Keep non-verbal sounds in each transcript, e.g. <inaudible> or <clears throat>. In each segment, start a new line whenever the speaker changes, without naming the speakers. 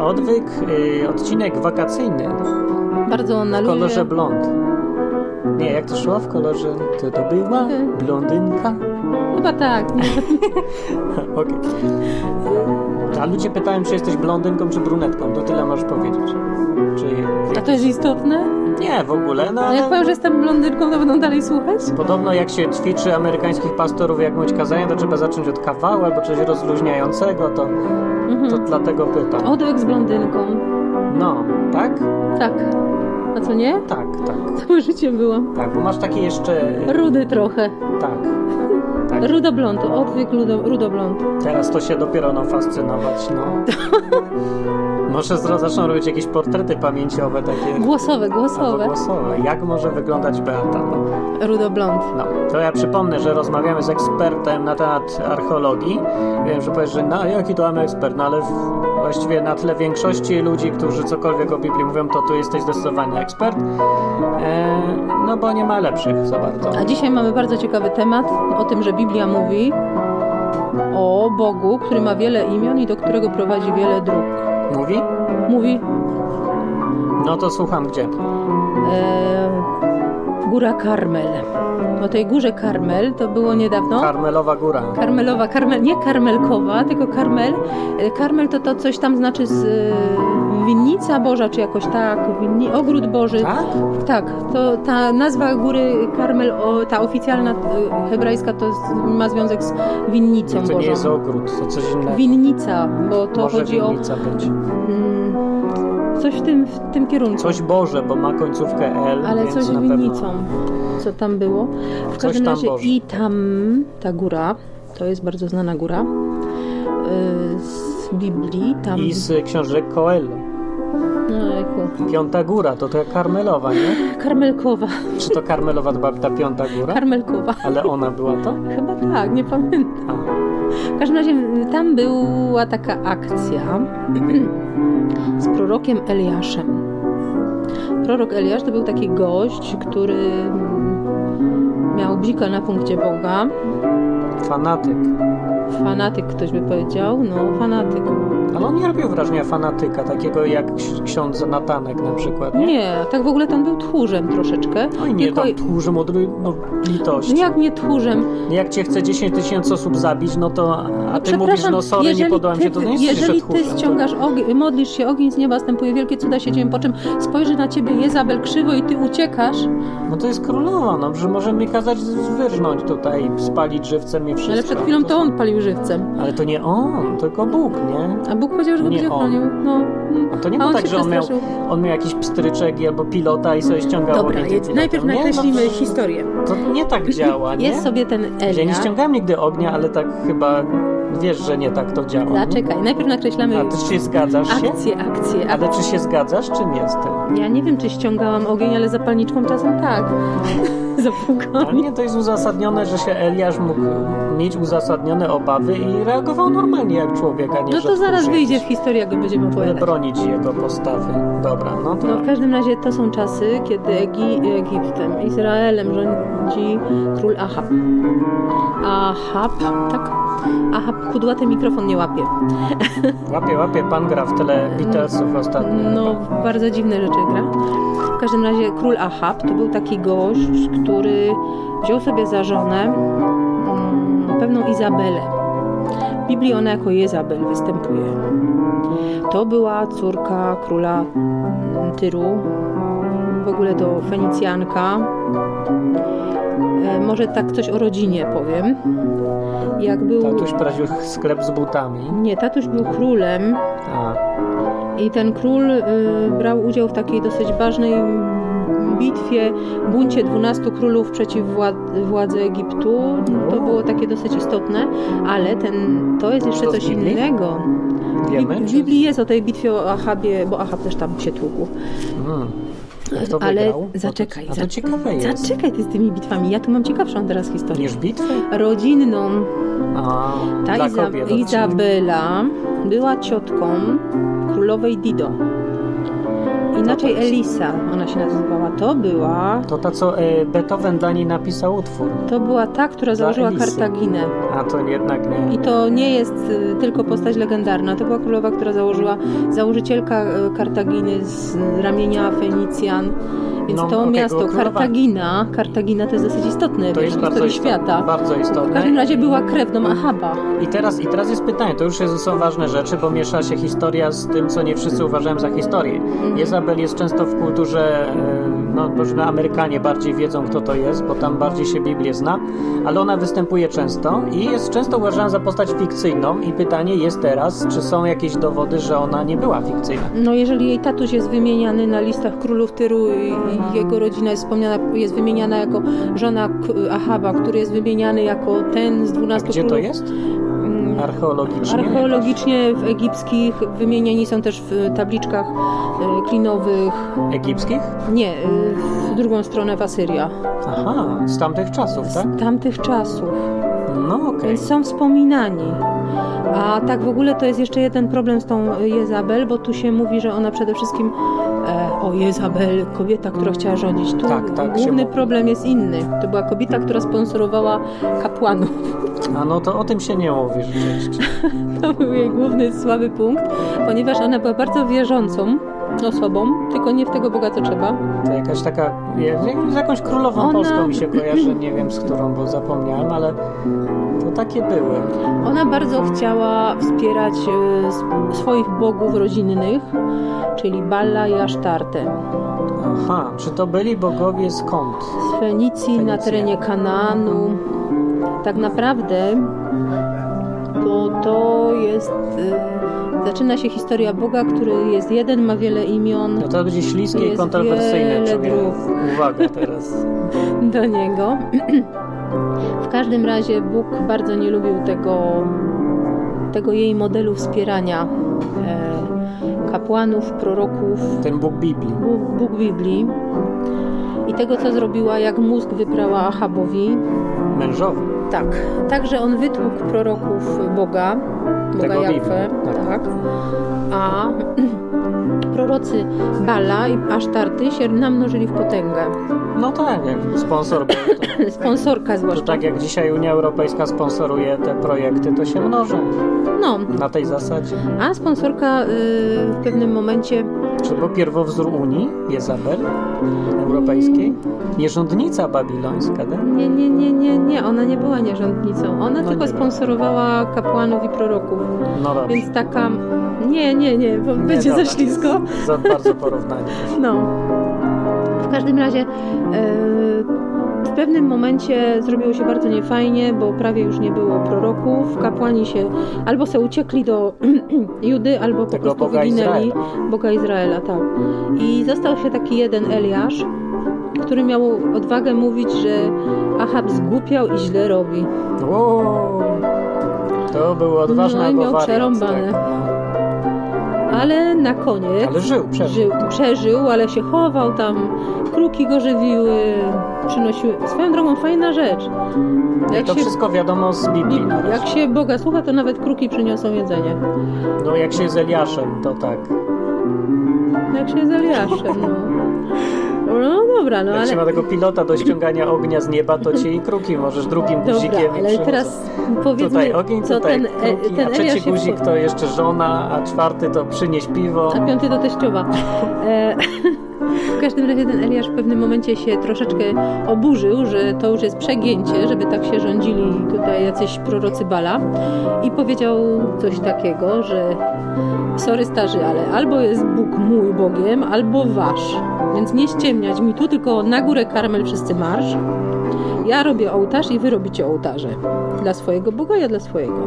odwyk, y, odcinek wakacyjny
Bardzo na
w
luzie.
kolorze blond. Nie, jak to szło w kolorze? To to była
Y.
blondynka? <laughs>
Chyba tak. Nie?
Okej. Y, A ludzie pytają, czy jesteś blondynką, czy brunetką. To tyle możesz powiedzieć. Czy...
A to jest istotne?
Nie, w ogóle, no
A jak
ale...
powiem, że jestem blondynką, to będą dalej słuchać?
Podobno jak się ćwiczy amerykańskich pastorów jak mówić kazania, to trzeba zacząć od kawału albo czegoś rozluźniającego, to, to
Mhm.
dlatego pytam.
Odwyk z blondynką.
No, tak?
Tak. A co nie? <laughs>
Tak, tak.
Całe życie było.
Tak, bo masz takie jeszcze...
Rudy trochę.
Tak. tak.
Rudoblond. Odwyk ludo, rudoblond.
Teraz to się dopiero no fascynować, no. Może zro- zaczną robić jakieś portrety pamięciowe takie...
Głosowe,
albo
głosowe.
głosowe. Jak może wyglądać Beata? No.
Rudoblond.
No, to ja przypomnę, że rozmawiamy z ekspertem na temat archeologii. Wiem, że powiesz, że no, jaki to mamy ekspert, no ale w, właściwie na tle większości ludzi, którzy cokolwiek o Biblii mówią, to tu jesteś zdecydowanie ekspert. E, no bo nie ma lepszych za bardzo.
A dzisiaj mamy bardzo ciekawy temat o tym, że Biblia mówi o Bogu, który ma wiele imion i do którego prowadzi wiele dróg.
Mówi?
Mówi
No to słucham gdzie.
e, Góra Karmel. O tej górze Karmel to było niedawno.
Karmelowa Góra.
Karmelowa, Karmel, nie Karmelkowa, tylko Karmel. E, Karmel to to coś tam znaczy z e, winnica Boża, czy jakoś tak, winni, ogród Boży.
Tak?
Tak, to ta nazwa góry Karmel, o, ta oficjalna e, hebrajska, to z, ma związek z winnicą
To nie
Bożą.
jest ogród, to coś innego.
Winnica, bo to
Może
No, chodzi o
winnica być.
mm, coś w tym, w tym kierunku,
Coś Boże, bo ma końcówkę L,
ale
więc
coś z
na
winnicą, co tam było. W
Coś
każdym
tam
razie
Boże.
i tam ta góra, to jest bardzo znana góra y, z Biblii, tam
pewno. I z książek Coelho.
no, jako,
Piąta Góra, to ta Karmelowa, nie?
Karmelkowa,
Czy to Karmelowa była ta piąta góra?
Karmelkowa,
Ale ona była to?
chyba tak, nie pamiętam.
A,
W każdym razie y, tam była taka akcja <clears throat> z prorokiem Eliaszem. Prorok Eliasz to był taki gość, który mm, miał bzika na punkcie Boga.
fanatyk.
Fanatyk ktoś by powiedział, no fanatyk.
Ale on nie robił wrażenia fanatyka, takiego jak ks- ksiądz Natanek na przykład, nie?
Nie, tak w ogóle to on był tchórzem troszeczkę.
Oj, nie, tam tchórzem od no, litości.
jak nie tchórzem?
Jak cię chce 10 tysięcy osób zabić, no to... A
No
ty mówisz,
przepraszam,
no sorry, nie
jeżeli
podoba mi
ty,
się, to no nie jesteś
Jeżeli
jeszcze
ty
tchórzem.
ściągasz, ogień, modlisz się, ogień z nieba stępuje, wielkie cuda się dzieją, po
Mm.
czym spojrzy na ciebie Jezabel krzywo i ty uciekasz,
To, no to jest królowa, no, że może mi kazać z- wyrżnąć tutaj, spalić żywcem i wszystko.
ale przed chwilą to on palił żywcem.
Ale to nie on, tylko Bóg, nie?
A Bóg powiedział, że go
Nie
będzie
on.
chronił. No, no.
A to nie
A
było
on
tak,
się
że on miał,
przestraszył.
on miał jakiś pstryczek i albo pilota i sobie ściągał
Dobra,
ogień tym
jedz-
pilotem.
najpierw
Nie, no
nakreślimy
przecież-
historię.
To nie tak działa, nie?
<laughs> Jest sobie ten
Ja nie
Elia.
ściągałem nigdy ognia, ale tak chyba wiesz, że nie tak to działa. nie?
Zaczekaj, najpierw nakreślamy
A ty się zgadzasz się?
akcję, akcję, akcję.
Ale czy się zgadzasz, czy nie z tym?
Ja nie wiem, czy ściągałam ogień, ale zapalniczką czasem tak. <laughs>
Ale
Zapukałam.
nie, to jest uzasadnione, że się Eliasz mógł mieć uzasadnione obawy i reagował normalnie jak człowiek, a nie
No
że
to zaraz
tchórz
wyjdzie w
jakiś.
historii, jak go będziemy
Będę
opowiadać.
bronić jego postawy. Dobra, no to...
No, w każdym razie to są czasy, kiedy Egi, Egiptem, Izraelem rządzi król Ahab. Ahab, tak? Ahab kudłaty mikrofon nie łapie.
Łapie, łapie, pan gra w tyle Beatlesów ostatnio.
No,
chyba.
bardzo dziwne rzeczy gra. W każdym razie król Ahab to był taki gość, który wziął sobie za żonę mm, pewną Izabelę. W Biblii ona jako Jezabel występuje. To była córka króla mm, Tyru, w ogóle to Fenicjanka. E, Może tak coś o rodzinie powiem. Jak był...
Tatuś prowadził sklep z butami.
Nie, tatuś był królem,
A,
i ten król y, brał udział w takiej dosyć ważnej mm, bitwie, buncie 12 królów przeciw wład- władzy Egiptu. To było takie dosyć istotne, ale ten, to jest jeszcze
To z
coś
Biblii?
innego.
wiemy?
Bib- W
czy-
Biblii jest o tej bitwie o Achabie, bo Achab też tam się tłukł.
Mm. Kto
ale
wygrał?
zaczekaj,
A to, a to
zac-
ciekawe jest.
Zaczekaj ty z tymi bitwami, ja tu mam ciekawszą teraz historię.
Niż bitwy?
Rodzinną.
A,
Ta
dla
Iza-
kobiet.
Izabela była ciotką królowej Dido. Inaczej
to jest-
Elisa, ona się nazywała. To była,
To ta, co e, Beethoven dla niej napisał utwór.
to była ta, która
Dla
założyła
Elisy.
Kartaginę.
A to jednak nie.
I to nie jest y, tylko postać legendarna. To była królowa, która założyła, założycielka y, Kartaginy z y, ramienia Fenicjan. Więc
No,
to
okej,
miasto,
była królowa.
Kartagina, Kartagina to jest dosyć istotne
To
wiesz,
jest
w
bardzo
historii
istotne.
świata.
Bardzo istotne.
W każdym razie była krewną Ahaba.
I teraz, I teraz jest pytanie, to już jest, są ważne rzeczy, bo miesza się historia z tym, co nie wszyscy uważają za historię. Jezabel jest często w kulturze, e, no może Amerykanie bardziej wiedzą, kto to jest, bo tam bardziej się Biblię zna, ale ona występuje często i jest często uważana za postać fikcyjną i pytanie jest teraz, czy są jakieś dowody, że ona nie była fikcyjna.
No jeżeli jej tatuś jest wymieniany na listach królów Tyru i i jego rodzina jest wspomniana, jest wymieniana jako żona K- Ahaba, który jest wymieniany jako ten z
A
12
gdzie
królów.
to jest?
Mm,
Archeologicznie?
Archeologicznie w egipskich wymienieni są też w tabliczkach e, klinowych,
Egipskich?
nie, e, w drugą stronę w Asyria,
Aha, z tamtych czasów, tak?
z tamtych czasów,
No okej.
więc są wspominani. A tak w ogóle to jest jeszcze jeden problem z tą Jezabel, bo tu się mówi, że ona przede wszystkim, e, o Jezabel, kobieta, która chciała rządzić. Tu
Tak, tak, się
główny
mówi.
problem jest inny. To była kobieta, która sponsorowała kapłanów.
A no to o tym się nie mówi rzeczywiście.
<laughs> To był jej główny słaby punkt, ponieważ ona była bardzo wierzącą osobą, tylko nie w tego Boga, co trzeba.
To jakaś taka, je- z jakąś królową
Ona-
polską mi się kojarzy, nie wiem z którą, bo zapomniałem, ale to takie były.
Ona bardzo chciała wspierać e, s- swoich bogów rodzinnych, czyli Balla i Asztartę.
Aha, czy to byli bogowie skąd?
Z Fenicji na
Fenicja.
terenie Kanaanu. Tak naprawdę to, to jest... e, Zaczyna się historia Boga, który jest jeden, ma wiele imion.
No to będzie śliskie i
Jest
kontrowersyjne,
wiele
czuję.
dróg.
Uwaga teraz.
do niego. <clears throat> W każdym razie Bóg bardzo nie lubił tego, tego jej modelu wspierania e, kapłanów, proroków,
Ten Bóg Biblii.
Bóg, Bóg Biblii i tego, co zrobiła, jak mózg wyprała Achabowi.
Mężowy.
Tak, także on wytłukł proroków Boga, Boga
Tego
Jahwe,
Biblii, tak.
tak. a <clears throat> prorocy Bala i Asztarty się namnożyli w potęgę. <clears throat>
No tak, jak sponsor. był, to-
Sponsorka
To
zwłaszcza.
tak jak dzisiaj Unia Europejska sponsoruje te projekty, to się mnożą
No,
na tej zasadzie.
A sponsorka y, w pewnym momencie
Czy był pierwowzór Unii, Jezabel, europejskiej? Nierządnica babilońska, tak?
nie, nie, nie, nie, nie, ona nie była nierządnicą. Ona
No
tylko
nie.
sponsorowała kapłanów i proroków.
No dobrze.
Więc taka nie, nie, nie, bo będzie
dobra,
za ślisko.
to jest Za bardzo porównanie.
No. W każdym razie y, w pewnym momencie zrobiło się bardzo niefajnie, bo prawie już nie było proroków. Kapłani się albo se uciekli do <clears throat> Judy, albo po
Tego
prostu
Boga
wyginęli
Izraela.
Boga Izraela, tak. I został się taki jeden Eliasz, który miał odwagę mówić, że Ahab zgłupiał i źle robi.
Wow. To był odważny
No i
albo
miał
wariant,
przerąbane.
tak.
Ale na koniec
Ale żył, przeżył.
żył, przeżył, ale się chował tam, kruki go żywiły, przynosiły. Swoją drogą fajna rzecz.
No I
Jak
to
się,
wszystko wiadomo z Biblii. na razie.
jak się Boga słucha, to nawet kruki przyniosą jedzenie.
No jak się z Eliaszem, to tak.
No Jak się z Eliaszem, no. No dobra, no
jak
ale...
się ma tego pilota do ściągania ognia z nieba, to ci i kruki możesz drugim
Dobra,
guzikiem i
ale
przychodzą.
teraz powiedzmy,
Tutaj ogień,
co
tutaj
ten, e,
kruki,
ten
a trzeci
Eliasz się
guzik
wpo-
to jeszcze żona, a czwarty to przynieś piwo.
A piąty to teściowa. E, <laughs> w każdym razie ten Eliasz w pewnym momencie się troszeczkę oburzył, że to już jest przegięcie, żeby tak się rządzili tutaj jacyś prorocy Bala i powiedział coś takiego, że sorry starzy, ale albo jest Bóg mój Bogiem, albo wasz. Więc nie ściemniać mi tu, tylko na górę karmel wszyscy marsz. Ja robię ołtarz i wy robicie ołtarze. Dla swojego Boga, ja dla swojego.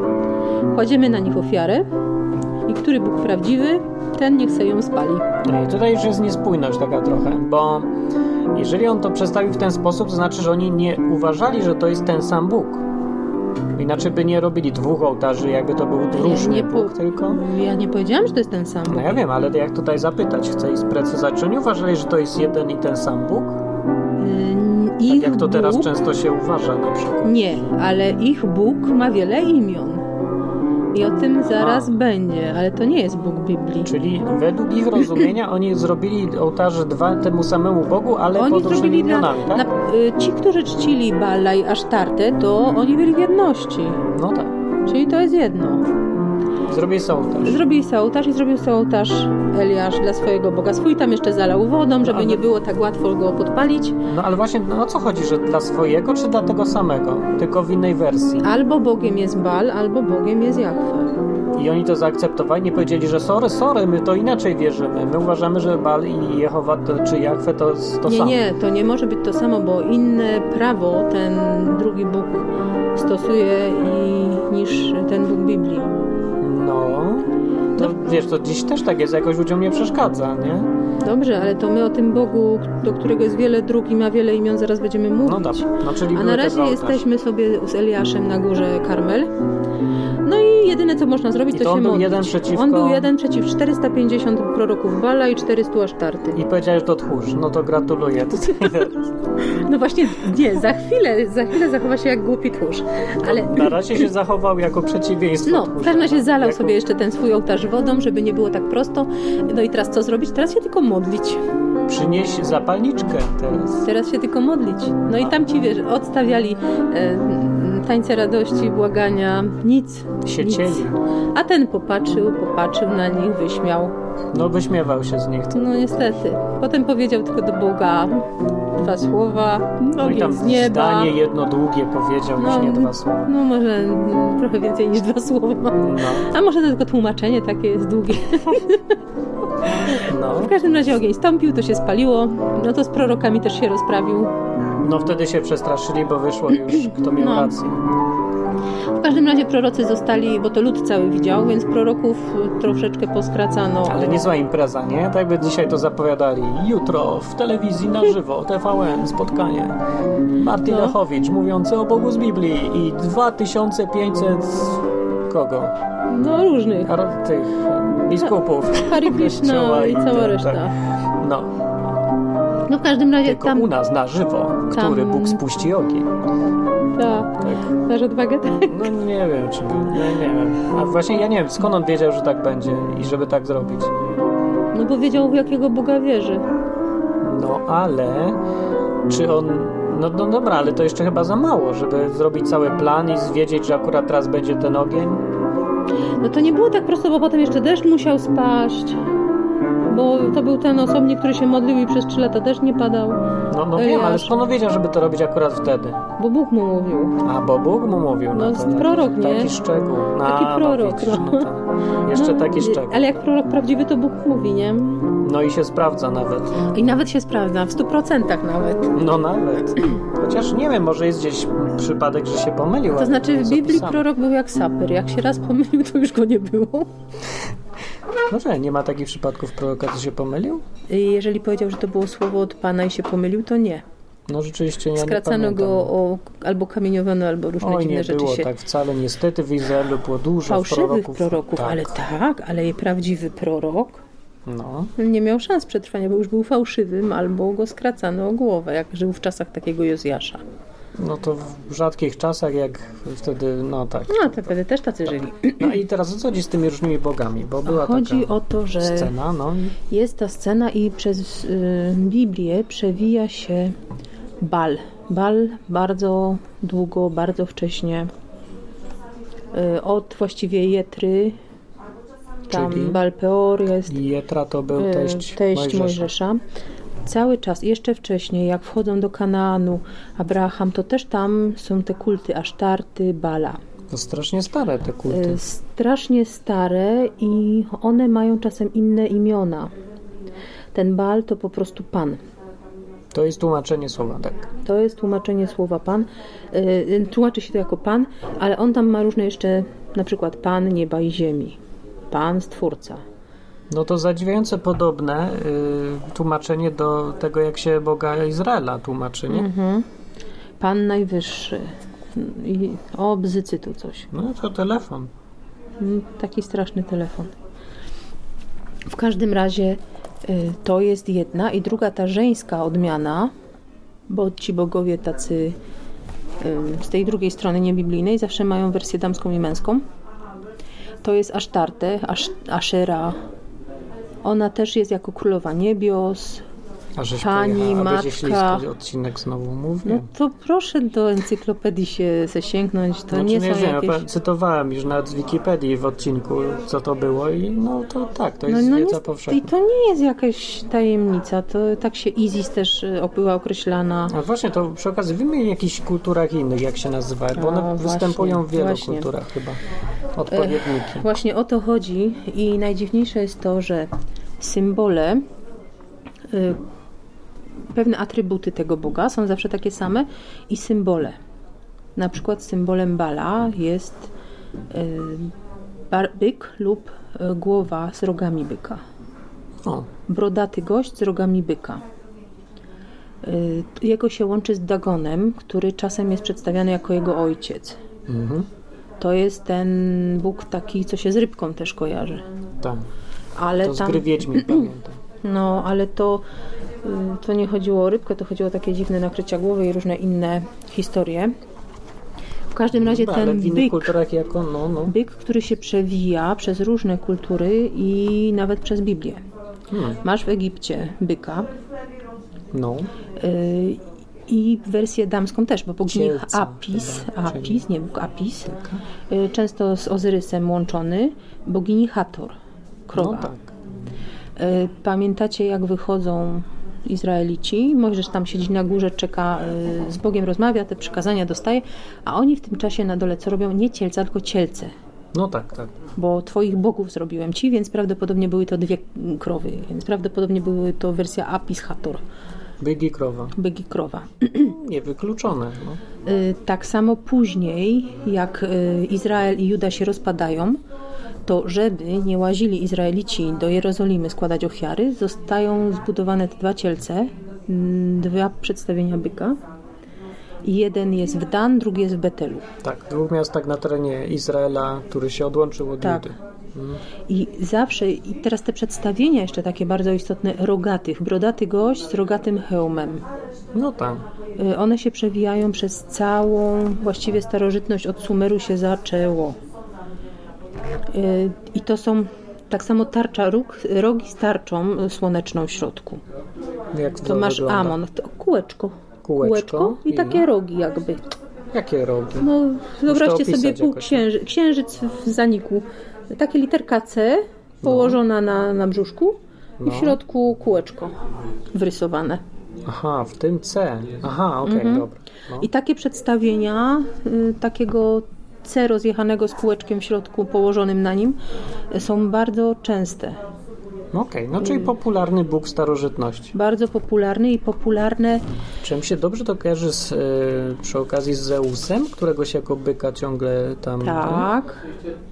Kładziemy na nich ofiarę i który Bóg prawdziwy, ten niech se ją spali.
No I tutaj już jest niespójność taka trochę, bo jeżeli on to przedstawił w ten sposób, to znaczy, że oni nie uważali, że to jest ten sam Bóg. Inaczej by nie robili dwóch ołtarzy, jakby to był różny
nie
Bóg,
po-
tylko...
Ja nie powiedziałam, że to jest ten sam.
No ja wiem, ale jak tutaj zapytać, chcę ich sprecyzować, czy oni uważali, że to jest jeden i ten sam Bóg?
Yy,
Tak
Ich
jak to teraz
Bóg...
no często się uważa na przykład.
Nie, ale ich Bóg ma wiele imion. I o tym zaraz będzie, ale to nie jest Bóg Biblii.
Czyli według ich rozumienia
<clears throat>
oni zrobili ołtarze dwa temu samemu Bogu, ale
Oni
pod różnymi
zrobili dla,
imionami, tak?
na, y, ci, którzy czcili Bala i Asztartę, to oni byli w jedności.
No tak.
Czyli to jest jedno.
Zrobili sobie ołtarz.
Zrobili sobie ołtarz i zrobił sobie ołtarz Eliasz dla swojego Boga. Swój tam jeszcze zalał wodą, żeby
Ale-
nie było tak łatwo go podpalić.
No ale właśnie, no o co chodzi, że dla swojego czy dla tego samego? Tylko w innej wersji.
Albo Bogiem jest Bal, albo Bogiem jest Jakwe.
I oni to zaakceptowali, nie powiedzieli, że sorry, sorry, my to inaczej wierzymy. My uważamy, że Bal i Jehowa to, czy Jachwę to jest to
nie,
samo.
nie, to nie może być to samo, bo inne prawo ten drugi Bóg stosuje i, niż ten Bóg Biblii.
No, to wiesz, to dziś też tak jest, jakoś ludziom nie przeszkadza, nie?
Dobrze, ale to my o tym Bogu, do którego jest wiele dróg i ma wiele imion, zaraz będziemy
No
mówić.
dobra, no czyli
A
były
na
te
razie
dwa ołtarze.
jesteśmy sobie z Eliaszem na górze Karmel. No i jedyne co można zrobić,
I
to,
to on
się
był
modlić.
jeden przeciwko-
On był jeden przeciw 450 proroków Bala i 400 Asztarty.
I powiedziałeś, że to tchórz, no to gratuluję. <laughs>
No właśnie, nie, za chwilę, za chwilę zachowa się jak głupi tłuszcz. Ale
Na razie się zachował jako przeciwieństwo
No, w
tchórza.
każdym razie zalał
Jako-
sobie jeszcze ten swój ołtarz wodą, żeby nie było tak prosto. No i teraz co zrobić? Teraz się tylko modlić.
Przynieś zapalniczkę teraz.
Teraz się tylko modlić. No i tam ci wiesz, odstawiali e, m, tańce radości, błagania, nic.
Siedzieli.
Nic. A ten popatrzył, popatrzył na nich, wyśmiał.
No wyśmiewał się z nich.
No niestety. Potem powiedział tylko do Boga dwa słowa,
No i
ogień
tam
z nieba.
zdanie jedno długie powiedział, niż
No,
nie dwa słowa.
No może mm, trochę więcej niż dwa słowa.
No,
A może to tylko tłumaczenie takie jest długie.
no.
W każdym razie ogień stąpił, to się spaliło. No to z prorokami też się rozprawił.
No wtedy się przestraszyli, bo wyszło już, kto miał
No.
rację.
W każdym razie prorocy zostali, bo to lud cały widział, więc proroków troszeczkę poskracano.
Ale niezła impreza, nie? Tak by dzisiaj to zapowiadali. Jutro w telewizji na żywo, TVN, spotkanie. Martin
No.
Lechowicz mówiący o Bogu z Biblii i 2500... kogo?
No różnych.
Ar- tych biskupów.
Hari Krishna
Kościoła
i cała
tak,
reszta.
tak. No,
No w każdym razie
tylko
tam...
u nas na żywo,
tam-
który Bóg spuści ogień.
Ta,
Tak.
masz odwagę? Tak.
No nie wiem, czy był, no, nie wiem. A właśnie ja nie wiem, skąd on wiedział, że tak będzie i żeby tak zrobić.
No bo wiedział, w jakiego Boga wierzy.
No ale czy on. No, no dobra, ale to jeszcze chyba za mało, żeby zrobić cały plan i wiedzieć, że akurat teraz będzie ten ogień.
No to nie było tak prosto, bo potem jeszcze deszcz musiał spaść. Bo to był ten osobnik, który się modlił i przez trzy lata deszcz nie padał.
No, no
Ej,
wiem, ale
aż-
skąd on wiedział, żeby to robić akurat wtedy?
Bo Bóg mu mówił.
A bo Bóg mu mówił.
No,
to
z- prorok,
taki,
nie?
Taki szczegół. No,
Taki
no
prorok,
widzisz, no
no.
tak. Jeszcze
No,
taki szczegół.
Ale jak prorok prawdziwy, to Bóg mówi, nie?
No i się sprawdza nawet.
I nawet się sprawdza, w stu procentach nawet.
No nawet. Chociaż nie wiem, może jest gdzieś przypadek, że się pomylił.
To
ale
znaczy w
jest
Biblii
opisane.
prorok był jak saper. Jak się raz pomylił, to już go nie było.
No że nie ma takich przypadków proroka, co się pomylił?
I Jeżeli powiedział, że to było słowo od Pana i się pomylił, to nie.
No rzeczywiście ja nie
Skracano
pamiętam.
go o, albo kamieniowano, albo różne
Oj,
dziwne
nie
rzeczy
było
się...
tak wcale. Niestety w Izraelu było dużo
Fałszywych proroków,
proroków. tak.
ale tak, ale i prawdziwy prorok
No,
nie miał szans przetrwania, bo już był fałszywym, albo go skracano o głowę, jak żył w czasach takiego Jozjasza.
no to w rzadkich czasach, jak wtedy, no tak.
No, to wtedy też tacy żyli.
No i teraz o co chodzi z tymi różnymi bogami? Bo była
Chodzi
taka
o to, że...
scena, no i
Jest ta scena i przez y, Biblię przewija się bal. Bal bardzo długo, bardzo wcześnie. Y, od właściwie Jetry, tam
Czyli?
Bal Peor jest
i Jetra to był
y,
teść,
teść
Mojżesza.
Mojżesza. Cały czas, jeszcze wcześniej, jak wchodzą do Kanaanu, Abraham, to też tam są te kulty Asztarty, Bala.
To strasznie stare te kulty.
Y, Strasznie stare i one mają czasem inne imiona. Ten Baal to po prostu Pan.
To jest tłumaczenie słowa, tak.
To jest tłumaczenie słowa Pan. Y, y, Tłumaczy się to jako Pan, ale on tam ma różne jeszcze, na przykład Pan nieba i ziemi. Pan Stwórca.
No to zadziwiające podobne y, tłumaczenie do tego, jak się Boga Izraela tłumaczy, nie?
Pan Najwyższy. y, I o bzycy tu coś.
No to telefon.
Mm, Taki straszny telefon. W każdym razie y, to jest jedna i druga ta żeńska odmiana, bo ci bogowie tacy y, ym, z tej drugiej strony niebiblijnej zawsze mają wersję damską i męską. to jest Asztarte, Asz, Ashera. Ona też jest jako królowa niebios.
A żeś
Pani
pojechała, a będzie
matka.
śliski odcinek znowu
No
mówię.
to proszę do encyklopedii się se sięgnąć, to
Znaczy,
nie, są
wiem, ja
jakieś...
pa- cytowałem już nawet z Wikipedii w odcinku, co to było i no to tak, to jest wiedza
nie- I
powszechna.
to nie jest jakaś tajemnica, to tak się Izis też y, była określana.
A właśnie, to przy okazji wymień jakichś kulturach innych, jak się nazywają, bo
A,
one
właśnie,
występują w wielu
właśnie. E.
kulturach chyba. Odpowiedniki.
Właśnie o to chodzi i najdziwniejsze jest to, że symbole, y, pewne atrybuty tego Boga są zawsze takie same i symbole. Na przykład symbolem Bala jest y, bar- byk lub y, głowa z rogami byka.
O,
brodaty gość z rogami byka. Y, Jego się łączy z Dagonem, który czasem jest przedstawiany jako jego ojciec.
mhm,
To jest ten Bóg taki, co się z rybką też kojarzy.
tak.
Ale
To z
E, tam,
gry
<clears throat>
Wiedźmin pamiętam.
no, ale to, y, to nie chodziło o rybkę, to chodziło o takie dziwne nakrycia głowy i różne inne historie. W każdym razie
No, ale
ten
w innych
byk,
kulturach jako, no, no.
byk, który się przewija przez różne kultury i nawet przez Biblię.
Hmm,
Masz w Egipcie byka,
no.
Y, i wersję damską też, bo bogini
Cielca, tak,
Apis,
chyba,
Apis, nie Bóg Apis,
Taka.
y, często z Ozyrysem łączony, bogini Hator, krowa.
No tak.
Y, Pamiętacie, jak wychodzą Izraelici? Mojżesz tam siedzi na górze, czeka, y, z Bogiem rozmawia, te przykazania dostaje, a oni w tym czasie na dole co robią? Nie cielca, tylko cielce.
No tak, tak.
Bo twoich bogów zrobiłem ci, więc prawdopodobnie były to dwie mm, krowy, więc prawdopodobnie były to wersja Apis Hator,
Byk i krowa.
bygi krowa.
Niewykluczone, no.
Y, Tak samo później, jak y, Izrael i Juda się rozpadają, to żeby nie łazili Izraelici do Jerozolimy składać ofiary, zostają zbudowane te dwa cielce, mm, dwa przedstawienia byka. Jeden jest w Dan, drugi jest w Betelu.
Tak, dwóch miast tak na terenie Izraela, który się odłączył od
Tak.
Judy.
I zawsze, i teraz te przedstawienia jeszcze takie bardzo istotne, rogatych, brodaty gość z rogatym hełmem.
No tak.
Y, One się przewijają przez całą, właściwie starożytność od Sumeru się zaczęło. Y, I to są tak samo tarcza róg, rogi z tarczą y, słoneczną w środku.
Jak
To masz Amon, to kółeczko.
Kółeczko
i,
i-
takie rogi jakby.
Jakie rogi?
No wyobraźcie
opisać
sobie pół
jakoś, no.
księży, księżyc w zaniku. Takie literka C położona na, na brzuszku i
No.
w środku kółeczko wrysowane.
Aha, w tym C. Aha, okej, dobra. No.
Mhm. I takie przedstawienia y, takiego C rozjechanego z kółeczkiem w środku położonym na nim y, są bardzo częste.
No Okej, no
Mm.
czyli popularny Bóg starożytności.
Bardzo popularne i popularne.
Czym się dobrze to kojarzy z, e, przy okazji z Zeusem, którego się jako byka ciągle tam...
Tak.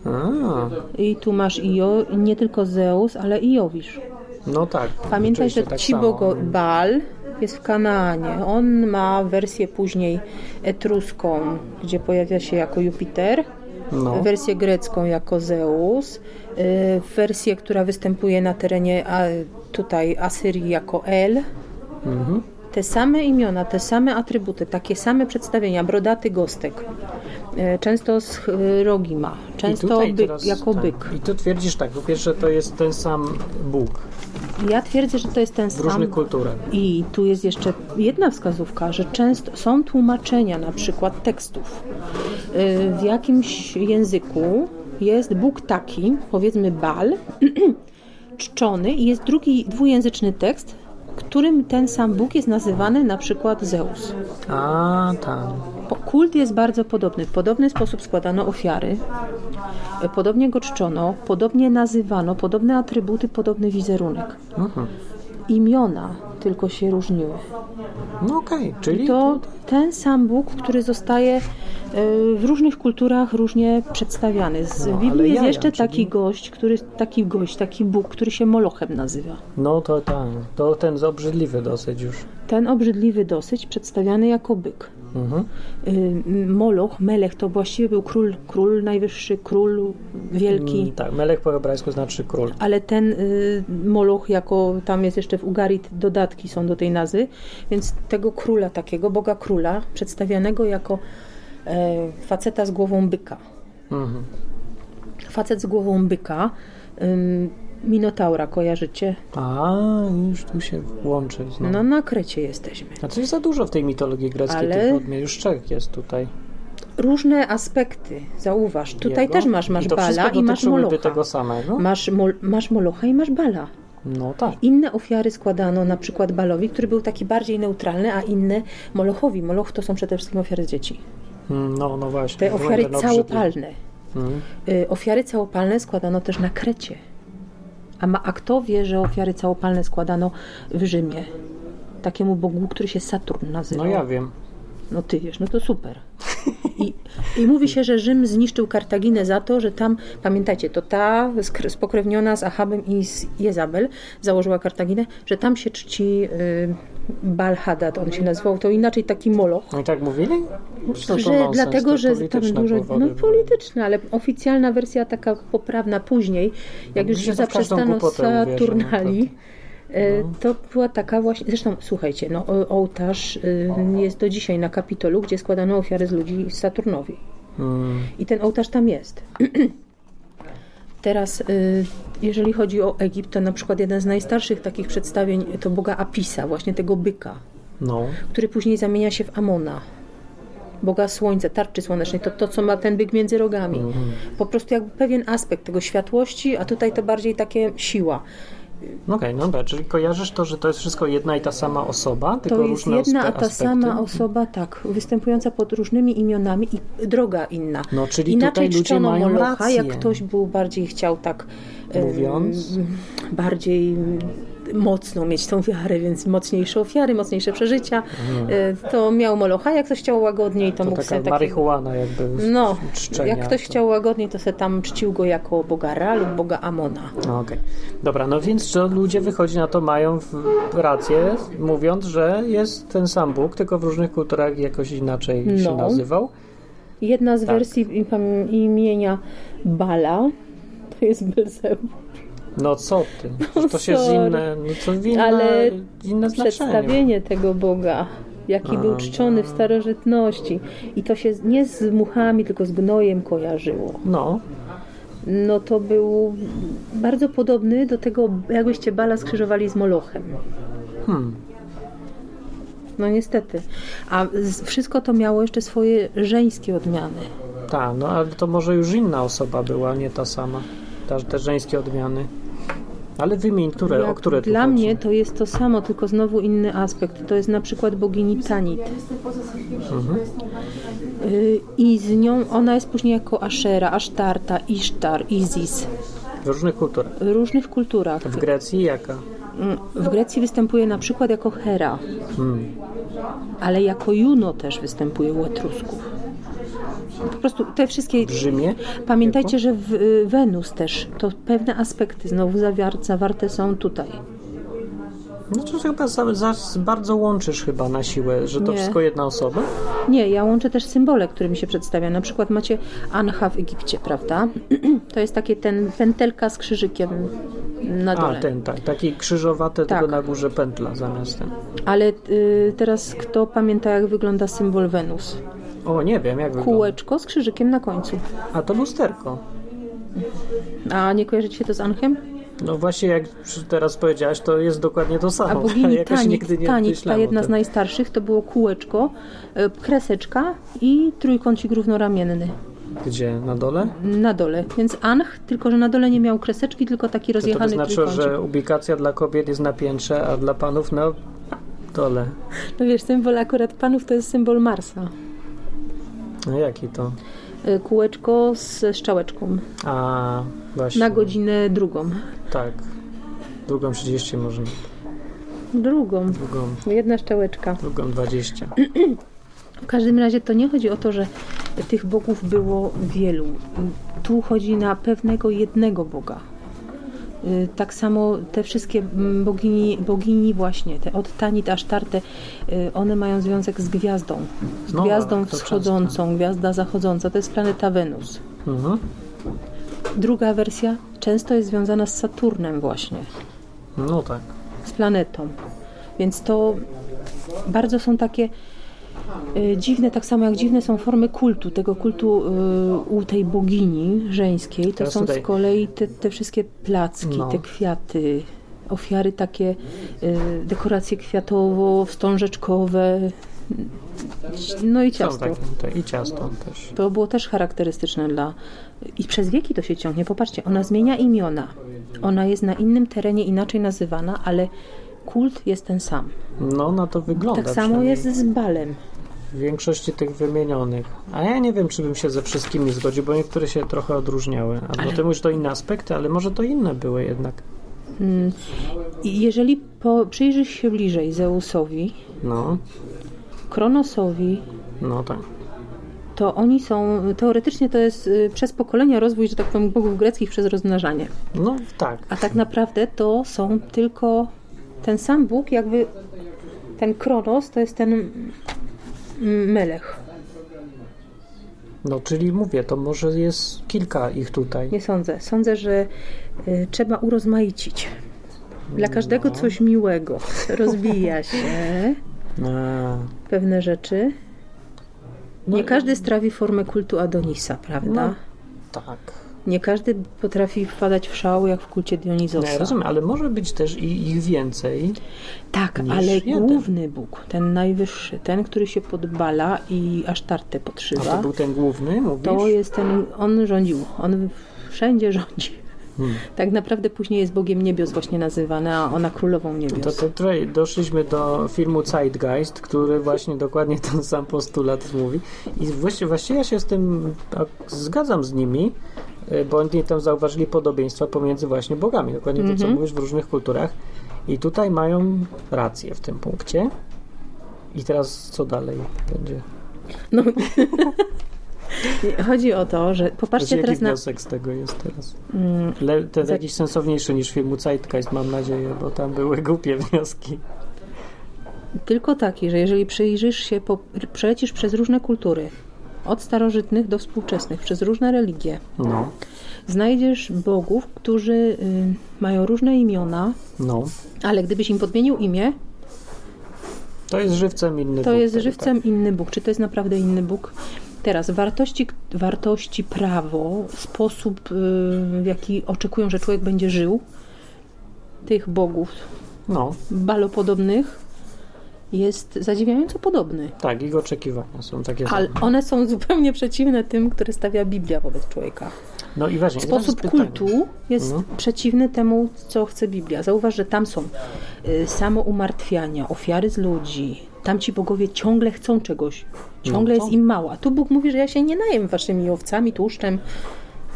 A,
I tu masz Io, nie tylko Zeus, ale i Jowisz.
no tak.
Pamiętaj,
Oczywiście
że
tak
ci
samo.
bogo Baal jest w Kanaanie. On ma wersję później etruską, gdzie pojawia się jako Jupiter.
No.
wersję grecką jako Zeus, y, wersję, która występuje na terenie a, tutaj Asyrii jako El.
Mhm.
Te same imiona, te same atrybuty, takie same przedstawienia, brodaty gostek, y, często z y, rogi ma,
I
często
tutaj
byk,
teraz-
jako
tak.
byk.
I tu twierdzisz tak, po pierwsze to jest ten sam Bóg
Ja twierdzę, że to jest ten
w różnych
sam
kulturach.
I tu jest jeszcze jedna wskazówka, że często są tłumaczenia na przykład tekstów. Yy, W jakimś języku jest Bóg taki, powiedzmy Bal, <clears throat> czczony i jest drugi dwujęzyczny tekst, którym ten sam Bóg jest nazywany na przykład Zeus.
A, tam.
Po- Kult jest bardzo podobny. W podobny sposób składano ofiary, yy, podobnie go czczono, podobnie nazywano, podobne atrybuty, podobny wizerunek.
Mhm.
Imiona tylko się różniły.
No okej, czyli
to ten sam Bóg, który zostaje y, w różnych kulturach różnie przedstawiany. Z
No, ale
Biblii jest
jaja,
jeszcze
czyli-
taki gość, który taki gość, taki Bóg, który się Molochem nazywa.
No to tam, to ten z obrzydliwy dosyć już. Mm,
Ten obrzydliwy dosyć przedstawiany jako byk.
Mhm.
Y, Moloch, Melech to właściwie był król, król najwyższy, król wielki.
Mm, tak, melech po hebrajsku znaczy król.
Ale ten y, Moloch, jako tam jest jeszcze w Ugarit, dodatki są do tej nazwy, więc tego króla takiego, boga króla, przedstawianego jako e, faceta z głową byka.
Mhm.
Facet z głową byka, ym, Minotaura, kojarzycie?
A, już tu się łączy znowu.
No na Krecie jesteśmy.
A coś za dużo w tej mitologii greckiej
Ale-
tych odmian. Już trzech jest tutaj.
Różne aspekty, zauważ. Tutaj
Jego.
też masz, masz
I to wszystko
bala i masz
dotyczyłyby
molocha.
tego samego?
Masz, mol, masz molocha i masz bala.
No tak.
Inne ofiary składano na przykład balowi, który był taki bardziej neutralny, a inne molochowi. Moloch to są przede wszystkim ofiary z dzieci.
Mm, No, no właśnie.
Te
Byłem
ofiary
ten obrzydły.
całopalne.
Mm.
Y, Ofiary całopalne składano też na Krecie. A, ma, a kto wie, że ofiary całopalne składano w Rzymie? Takiemu bogu, który się Saturn nazywał.
No ja wiem.
No ty wiesz, no to super. I, I mówi się, że Rzym zniszczył Kartaginę za to, że tam, pamiętajcie, to ta skr- spokrewniona z Ahabem i z Jezabel założyła Kartaginę, że tam się czci y, Bal-Hadad, on się nazywał, to inaczej taki moloch.
No i tak mówili? Myślę, to
Że
nonsens,
dlatego,
to
że tam
polityczne
dużo.
powody
No
były.
polityczne, ale oficjalna wersja taka poprawna później, jak
No,
już
mi się to w każdą
zaprzestano
głupotę uwierzy,
Saturnali. e,
No.
To była taka właśnie. Zresztą słuchajcie, no, o- ołtarz y, jest do dzisiaj na Kapitolu, gdzie składano ofiary z ludzi Saturnowi.
Mm.
I ten ołtarz tam jest. <clears throat> Teraz, y, jeżeli chodzi o Egipt, to na przykład jeden z najstarszych takich przedstawień to boga Apisa, właśnie tego byka
No.
który później zamienia się w Amona. Boga słońca, tarczy słonecznej, to to, co ma ten byk między rogami.
Mhm.
Po prostu jakby pewien aspekt tego światłości, a tutaj to bardziej takie siła.
No Okej, no dobra, czyli kojarzysz to, że to jest wszystko jedna i ta sama osoba, tylko
To jest
różne
jedna,
aspe-
a ta
aspekty?
sama osoba, tak, występująca pod różnymi imionami i droga inna.
No, czyli
Inaczej
tutaj ludzie
czczono
mają
Molocha,
rację.
jak ktoś był bardziej chciał tak em,
Mówiąc?
bardziej mm, mocno mieć tą wiarę, więc mocniejsze ofiary, mocniejsze przeżycia, e, to miał Molocha, jak ktoś chciał łagodniej, to,
Mhm. To
mógł
taka
sobie taki
marihuana jakby
No,
czczenia.
jak ktoś
to-
chciał łagodniej, to se tam czcił go jako boga Ra lub boga Amona.
No, Okej. Dobra, no więc to ludzie wychodzi na to mają w- rację, mówiąc, że jest ten sam Bóg, tylko w różnych kulturach jakoś inaczej się
No.
nazywał.
Jedna z
Tak.
wersji im- imienia Bala to jest Belzebub.
No co
<laughs>
ty? Przecież to się z
sorry.
inne, no co inne,
Ale
inne znaczenie.
Przedstawienie tego boga, jaki był
A.
czczony w starożytności. I to się z- nie z muchami, tylko z gnojem kojarzyło.
No,
No to był bardzo podobny do tego, jakbyście Bala skrzyżowali z Molochem.
hmm.
No niestety. A z- wszystko to miało jeszcze swoje żeńskie odmiany.
Tak, no ale to może już inna osoba była, nie ta sama. Ta, te żeńskie odmiany. Ale wymień, które, E, o
Jak
które tu
Dla
chodzi.
mnie to jest to samo, tylko znowu inny aspekt. To jest na przykład bogini Tanit. Mhm. Y, I z nią ona jest później jako Ashera, Asztarta, Isztar, Izis.
W różnych kulturach.
W różnych kulturach.
W Grecji jaka?
Mm, W Grecji występuje na przykład jako Hera,
Hmm.
ale jako Juno też występuje u Etrusków. Po prostu te wszystkie.
W Rzymie?
Pamiętajcie, że w, y, Wenus też, to pewne aspekty znowu zawiar, zawarte są tutaj.
No to chyba za, za, bardzo łączysz chyba na siłę, że to
Nie.
wszystko jedna osoba?
Nie, ja łączę też symbole, którymi się przedstawia. Na przykład macie Ancha w Egipcie, prawda? <clears throat> To jest taki ten pętelka z krzyżykiem na
A,
dole.
ten, tak. Taki krzyżowate,
Tak.
tylko na górze pętla zamiast ten.
Ale y, teraz kto pamięta, jak wygląda symbol Wenus?
O, nie wiem, jak wygląda.
Kółeczko z krzyżykiem na końcu.
A to lusterko.
A nie kojarzycie się to z Anchem?
No właśnie, jak przy- teraz powiedziałaś, to jest dokładnie to samo.
A
<laughs>
bogini
Jakoś
Tanit,
nigdy nie
Tanit ta
myślałem o
jedna z
tym.
najstarszych, to było kółeczko, y, kreseczka i trójkącik równoramienny
Gdzie? Na dole?
na dole. Więc Anch, tylko że na dole nie miał kreseczki, tylko
Czy to by
taki rozjechany
znaczyło,
trójkącik.
że ubikacja dla kobiet jest na piętrze, a dla panów na dole?
No wiesz, symbol akurat panów to jest symbol Marsa.
No jaki to?
Y, Kółeczko z strzałeczką
A właśnie.
na godzinę drugą.
Tak. Drugą 30 może.
Drugą.
Drugą,
Jedna strzałeczka.
drugą
<clears throat>
20.
W każdym razie to nie chodzi o to, że tych bogów było wielu. Tu chodzi na pewnego jednego boga. Y, Tak samo te wszystkie mm, bogini, bogini właśnie, te od Tanit aż Tarte, y, one mają związek z gwiazdą. Z
No,
gwiazdą
ale to
wschodzącą, gwiazda zachodząca, to jest planeta Wenus.
Mhm.
Druga wersja często jest związana z Saturnem właśnie.
No tak.
z planetą. Więc to bardzo są takie y, dziwne, tak samo jak dziwne są formy kultu, tego kultu y, u tej bogini żeńskiej. To
Teraz
są
tutaj-
z kolei te, te wszystkie placki,
No.
te kwiaty, ofiary takie, y, dekoracje kwiatowo, wstążeczkowe, no i
Są
ciasto.
takie, te, I ciasto też.
To było też charakterystyczne dla. I przez wieki to się ciągnie. Popatrzcie, ona zmienia imiona. Ona jest na innym terenie inaczej nazywana, ale kult jest ten sam.
No, na to wygląda.
Tak samo
przynajmniej
jest z balem.
W większości tych wymienionych. A ja nie wiem, czy bym się ze wszystkimi zgodził, bo niektóre się trochę odróżniały. A potem już to inne aspekty, ale może to inne były jednak.
I jeżeli po, przyjrzysz się bliżej Zeusowi,
No,
Kronosowi,
no tak.
to oni są. Teoretycznie to jest y, przez pokolenia rozwój, że tak powiem, bogów greckich przez rozmnażanie.
No tak.
A tak naprawdę to są tylko ten sam Bóg, jakby ten Kronos to jest ten mm, Melech.
No czyli mówię, to może jest kilka ich tutaj.
Nie sądzę. Sądzę, że y, trzeba urozmaicić. Dla
No.
każdego coś miłego.
<laughs>
Rozwija się
A,
pewne rzeczy.
No
Nie
i-
każdy strawi formę kultu Adonisa, prawda?
No. tak.
Nie każdy potrafi wpadać w szał jak w kulcie
No, ja
Dionizosa.
rozumiem, ale może być też i ich więcej.
tak,
niż
ale
jeden.
główny Bóg, ten najwyższy, ten, który się podbala i Asztartę
A to
podszywa,
był ten główny, mówisz?
Tak? to jest ten, on rządził, on wszędzie rządzi.
Hmm.
Tak naprawdę później jest Bogiem niebios właśnie nazywany, a ona królową niebios.
To, to tutaj doszliśmy do filmu Zeitgeist, który właśnie dokładnie ten sam postulat mówi. I właściwie, właściwie ja się z tym tak, zgadzam z nimi, y, bo oni tam zauważyli podobieństwa pomiędzy właśnie bogami, dokładnie to, co
Mhm.
mówisz w różnych kulturach. I tutaj mają rację w tym punkcie. I teraz co dalej będzie?
No. Chodzi o to, że popatrzcie
Znaczy,
teraz
jaki
na. mm,
wniosek z tego jest teraz? Le, ten
za-
jakiś sensowniejszy niż filmu Zeitgeist, mam nadzieję, bo tam były głupie wnioski.
Tylko taki, że jeżeli przyjrzysz się, po... przelecisz przez różne kultury, od starożytnych do współczesnych, przez różne religie,
No,
znajdziesz bogów, którzy y, mają różne imiona,
no.
ale gdybyś im podmienił imię,
To jest żywcem inny tak.
to
Bóg
jest
wtedy,
żywcem inny Bóg. Czy to jest naprawdę inny Bóg? Teraz wartości, wartości prawo, sposób, y, w jaki oczekują, że człowiek będzie żył, tych bogów
Tak. No,
balopodobnych jest zadziwiająco podobny.
tak, ich oczekiwania są takie
Ale
same.
one są zupełnie przeciwne tym, które stawia Biblia wobec człowieka.
No i właśnie, i teraz
Sposób
pytanie.
kultu jest
No.
przeciwny temu, co chce Biblia. Zauważ, że tam są y, samoumartwiania, ofiary z ludzi. Tam ci bogowie ciągle chcą czegoś. Ciągle
No to-
jest im mało. A tu Bóg mówi, że ja się nie najem waszymi owcami, tłuszczem.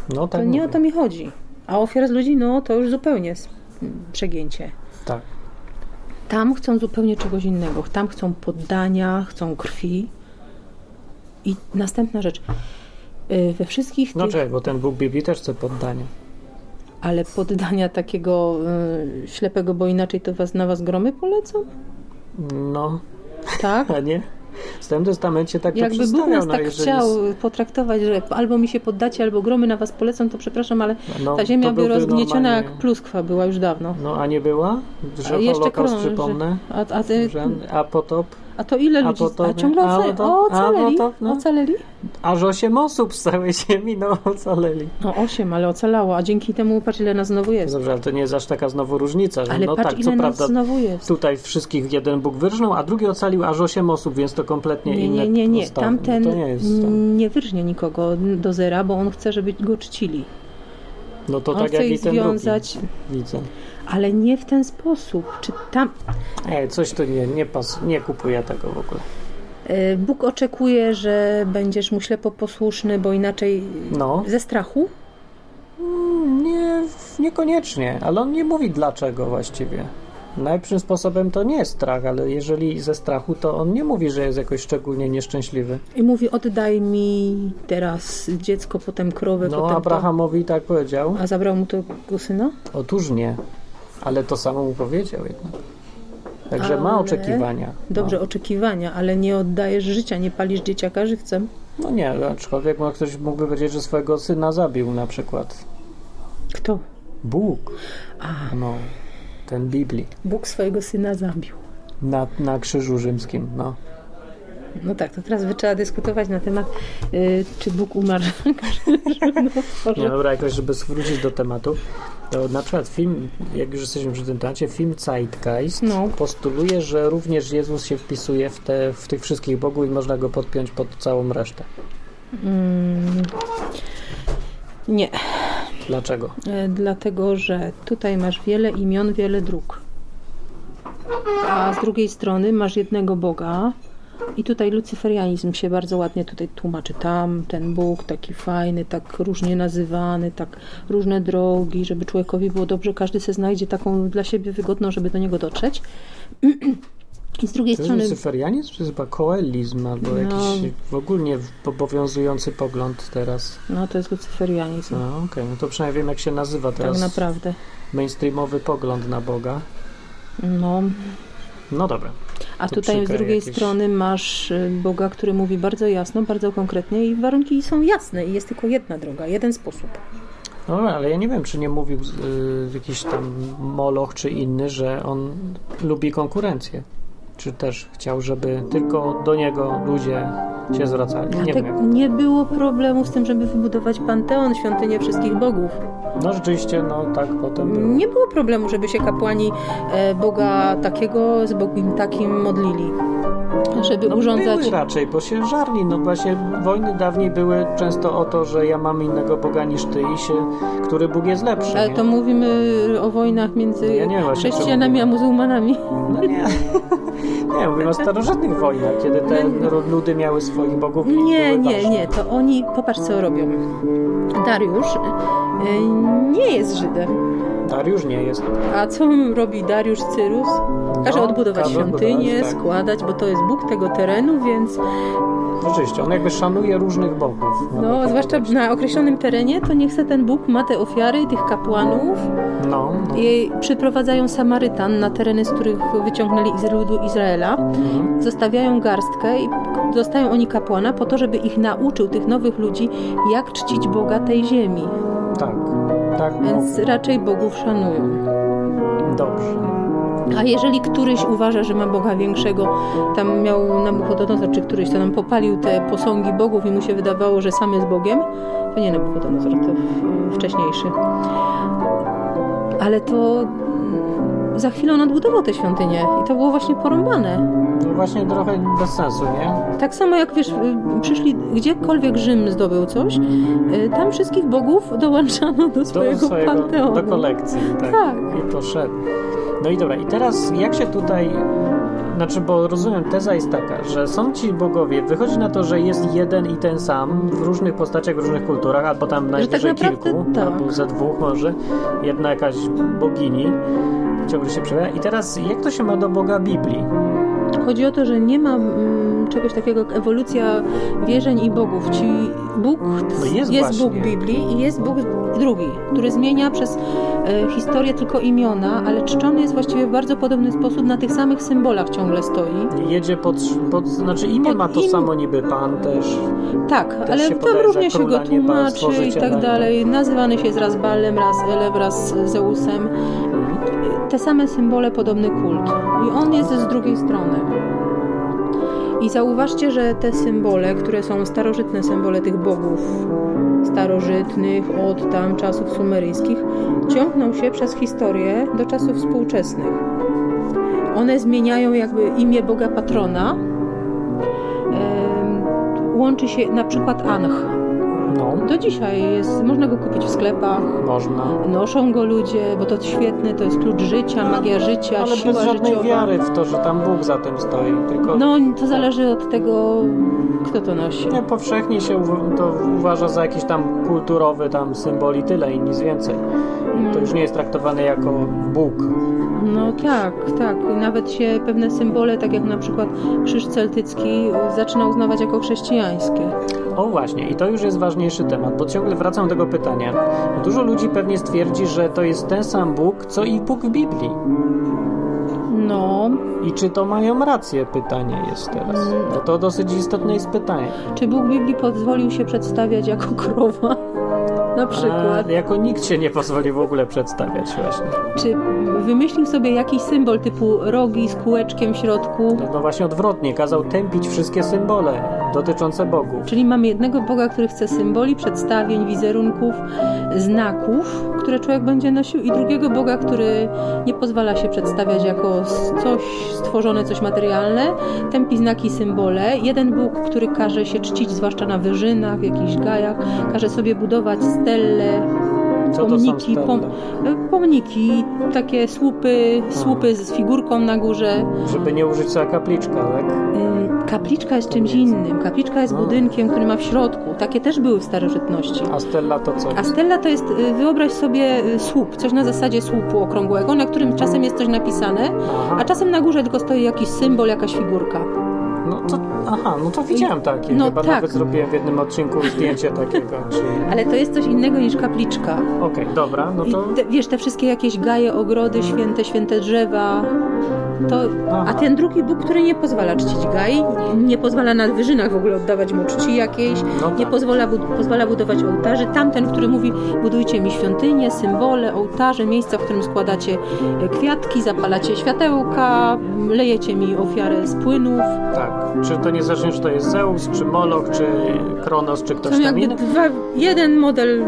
No
To
tak
nie o
mówię.
to mi chodzi. A ofiar z ludzi, no to już zupełnie jest mm, przegięcie.
Tak.
Tam chcą zupełnie czegoś innego. Tam chcą poddania, chcą krwi. I następna rzecz. Y, We wszystkich tych,
No czekaj, bo ten Bóg Biblii też chce poddania.
ale poddania takiego y, ślepego, bo inaczej to was na was gromy polecą?
No,
Tak?
a nie? W Starym Testamencie tak to
Jakby Bóg
przedstawiał,
nas
no,
tak
jeżeli
chciał potraktować, że albo mi się poddacie, albo gromy na was polecą, to przepraszam, ale
No,
ta ziemia
to
by
byłby
rozgnieciona
normalnie-
jak pluskwa była już dawno.
No, a nie była? Że
A jeszcze
Holokaust,
krąży. Y,
przypomnę.
A, a, ty,
Że, a potop?
a to ile
A
ludzi?
potem-
a ciągle
a
oca-
potem- a
ocaleli?
potem, no.
Ocaleli?
Aż osiem osób z całej ziemi, no, ocaleli.
No osiem, ale ocalało, a dzięki temu patrz ile nas znowu jest.
Dobrze, ale to nie jest aż taka znowu różnica, że
Ale
no
patrz
tak, co
ile nas
prawda
znowu jest.
tutaj wszystkich jeden Bóg wyrżnął, a drugi ocalił aż 8 osób, więc to kompletnie
Nie,
No, inne
nie, nie, nie.
postawy.
Tamten
No to nie jest tak.
nie wyrżnie nikogo do zera, bo on chce, żeby go czcili.
No to
on
tak
chce
jak
ich
i ten
związać,
drugi. Widzę.
ale nie w ten sposób. Czy tam
Ej, coś tu nie, nie pas, nie kupuję tego w ogóle.
e, Bóg oczekuje, że będziesz mu ślepo posłuszny, bo inaczej
No.
ze strachu?
Mm, Nie, niekoniecznie, ale on nie mówi dlaczego właściwie. Najlepszym sposobem to nie jest strach, ale jeżeli ze strachu, to on nie mówi, że jest jakoś szczególnie nieszczęśliwy.
I mówi: oddaj mi teraz dziecko, potem krowę,
No,
potem. to.
Abrahamowi tak powiedział.
A zabrał mu tego syna?
Otóż nie, ale to samo mu powiedział jednak. Także ma
Ale-
oczekiwania.
Dobrze, oczekiwania, ale nie oddajesz życia, nie palisz dzieciaka żywcem.
No nie, aczkolwiek no, ktoś mógłby powiedzieć, że swojego syna zabił na przykład.
Kto?
Bóg. No, ten Biblii.
Bóg swojego syna zabił.
Na, na krzyżu rzymskim, no.
No tak, to teraz by trzeba dyskutować na temat, y, czy Bóg umarł. <laughs>
Nie, no, dobra, jakoś, żeby wrócić do tematu, to na przykład film, jak już jesteśmy przy tym temacie, film Zeitgeist
No.
postuluje, że również Jezus się wpisuje w, te, w tych wszystkich bogów i można go podpiąć pod całą resztę.
Mm, nie,
Dlaczego?
y, dlatego że tutaj masz wiele imion, wiele dróg. A z drugiej strony masz jednego Boga. I tutaj lucyferianizm się bardzo ładnie tutaj tłumaczy. Tam ten Bóg taki fajny, tak różnie nazywany, tak różne drogi, żeby człowiekowi było dobrze, każdy se znajdzie taką dla siebie wygodną, żeby do niego dotrzeć. <clears throat> I z drugiej
To jest
strony.
lucyferianizm, czy chyba koelizm, albo
No.
jakiś ogólnie obowiązujący pogląd teraz?
No to jest lucyferianizm.
No okej, no to przynajmniej wiem, jak się nazywa teraz
Tak naprawdę.
mainstreamowy pogląd na Boga.
No,
No dobra.
a
To
tutaj z
przykre
drugiej
jakieś.
strony masz y, Boga, który mówi bardzo jasno, bardzo konkretnie i warunki są jasne i jest tylko jedna droga, jeden sposób.
No dobra, ale ja nie wiem, czy nie mówił y, jakiś tam Moloch czy inny, że on lubi konkurencję. Czy też chciał, żeby tylko do niego ludzie się zwracali. Nie
Dlatego
wiem.
nie było problemu z tym, żeby wybudować panteon, świątynię wszystkich bogów.
No rzeczywiście, no tak potem było.
Nie było problemu, żeby się kapłani e, Boga takiego z Bogiem takim modlili. Żeby
No,
urządzać...
Były raczej, bo się żarli. No właśnie wojny dawniej były często o to, że ja mam innego Boga niż ty i się, który Bóg jest lepszy.
Ale
nie?
to mówimy o wojnach między
No ja nie wiem właśnie,
chrześcijanami a
czemu-
muzułmanami.
No nie. Nie, mówimy o starożytnych wojnach, kiedy te ludy miały swoich bogów. i
Nie,
były
nie,
ważne.
nie, to oni, popatrz co robią. Dariusz y, nie jest Żydem.
Dariusz nie jest.
A co robi Dariusz Cyrus? Każe
No,
odbudować
każe odbudować,
świątynię,
tak.
składać, bo to jest Bóg tego terenu, więc
Rzeczywiście, on jakby szanuje różnych bogów. Mamy
no,
to
zwłaszcza
powiedzieć.
na określonym terenie, to niech se ten Bóg ma te ofiary tych kapłanów
No, no.
i przyprowadzają Samarytan na tereny, z których wyciągnęli z ludu Izraela.
Mhm.
zostawiają garstkę i dostają oni kapłana po to, żeby ich nauczył, tych nowych ludzi, jak czcić Boga tej ziemi.
Tak, tak.
Więc raczej Bogów szanują.
no, Dobrze.
A jeżeli któryś uważa, że ma Boga większego, tam miał Nabuchodonozor, czy któryś, to nam popalił te posągi Bogów i mu się wydawało, że sam jest Bogiem, to nie Nabuchodonozor, to w- wcześniejszy. Ale to mm, za chwilę on odbudował tę świątynię i to było właśnie porąbane.
No właśnie trochę bez sensu, nie?
Tak samo jak wiesz, y, przyszli gdziekolwiek Rzym zdobył coś, y, tam wszystkich bogów dołączano do swojego,
Do swojego,
panteonu.
do kolekcji. Tak.
Tak.
I to szedł. No i dobra, i teraz jak się tutaj... Znaczy, bo rozumiem, teza jest taka, że są ci bogowie, wychodzi na to, że jest jeden i ten sam w różnych postaciach, w różnych kulturach, albo tam najwyżej
tak naprawdę
kilku,
tak.
albo ze dwóch może, jedna jakaś bogini ciągle się przejawia. I teraz jak to się ma do Boga Biblii?
Chodzi o to, że nie ma mm, czegoś takiego jak ewolucja wierzeń i bogów. Ci Bóg
No jest
jest,
właśnie.
Bóg Biblii i jest Bóg drugi, który zmienia przez e, historię tylko imiona, ale czczony jest właściwie w bardzo podobny sposób, na tych samych symbolach ciągle stoi.
Jedzie pod, pod znaczy imię
Pod
ma to
im-
samo niby pan też.
Tak,
się
ale tam
podaje za
różnie się
króla
go
nieba,
tłumaczy i
stworzyciela
tak
nieba.
dalej. Nazywany się jest raz Balem, raz Elem, raz Zeusem.
Mhm.
Te same symbole, podobny kult. I on jest z drugiej strony. I zauważcie, że te symbole, które są starożytne symbole tych bogów starożytnych od tam czasów sumeryjskich, ciągną się przez historię do czasów współczesnych. One zmieniają jakby imię Boga patrona. Em, Łączy się na przykład Anch.
No,
Do dzisiaj jest, można go kupić w sklepach,
można.
noszą go ludzie, bo to świetne, to jest klucz życia, magia życia,
Ale
siła
bez żadnej
życiowa.
wiary w to, że tam Bóg za tym stoi. Tylko
No, to zależy od tego, kto to nosi.
nie, powszechnie się uw- to uważa za jakiś tam kulturowy tam symbol i tyle i nic więcej. To już nie jest traktowane jako Bóg.
No tak, tak. I Nawet się pewne symbole, tak jak na przykład krzyż celtycki, zaczyna uznawać jako chrześcijańskie.
O właśnie, i to już jest ważniejszy temat, bo ciągle wracam do tego pytania. Dużo ludzi pewnie stwierdzi, że to jest ten sam Bóg, co i Bóg Biblii.
No,
I czy to mają rację? Pytanie jest teraz. No to dosyć istotne jest pytanie.
czy Bóg Biblii pozwolił się przedstawiać jako krowa? <laughs> na przykład.
A, jako nikt się nie pozwoli w ogóle przedstawiać właśnie.
Czy wymyślił sobie jakiś symbol typu rogi z kółeczkiem w środku?
No właśnie odwrotnie, kazał tępić wszystkie symbole dotyczące bogów.
Czyli mamy jednego Boga, który chce symboli, przedstawień, wizerunków, znaków, które człowiek będzie nosił, i drugiego Boga, który nie pozwala się przedstawiać jako s- coś stworzone, coś materialne, tępi znaki, symbole. Jeden Bóg, który każe się czcić, zwłaszcza na wyżynach, w jakichś gajach, każe sobie budować stelle,
Co to są
pomniki, pom-
stelle?
pomniki, takie słupy, słupy z figurką na górze.
Żeby nie użyć słowa kapliczka, tak?
Ym, Y, Kapliczka jest czymś innym. Kapliczka jest
A.
budynkiem, który ma w środku. Takie też były w starożytności.
A stella to co?
A stella to jest, y, wyobraź sobie y, słup, coś na zasadzie słupu okrągłego, na którym czasem jest coś napisane,
Aha,
a czasem na górze tylko stoi jakiś symbol, jakaś figurka.
no to, aha, no to widziałem takie.
No
Chyba
tak. Znaczy-
nawet zrobiłem w jednym odcinku zdjęcie
<laughs>
takiego. Czyli...
Ale to jest coś innego niż kapliczka.
Okej, dobra, no
I
to...
te, wiesz, te wszystkie jakieś gaje, ogrody, święte, święte drzewa. To,
Aha.
a ten drugi Bóg, który nie pozwala czcić gaj, nie pozwala na wyżynach w ogóle oddawać mu czci jakiejś,
No
nie
tak.
pozwala, bud- pozwala budować ołtarzy. Tamten, który mówi, budujcie mi świątynie, symbole, ołtarze, miejsca, w którym składacie e, kwiatki, zapalacie światełka, lejecie mi ofiarę z płynów.
Tak, czy to niezależnie, czy to jest Zeus, czy Moloch, czy Kronos, czy
To
ktoś
Są
tam
jakby
inny?
dwa, jeden model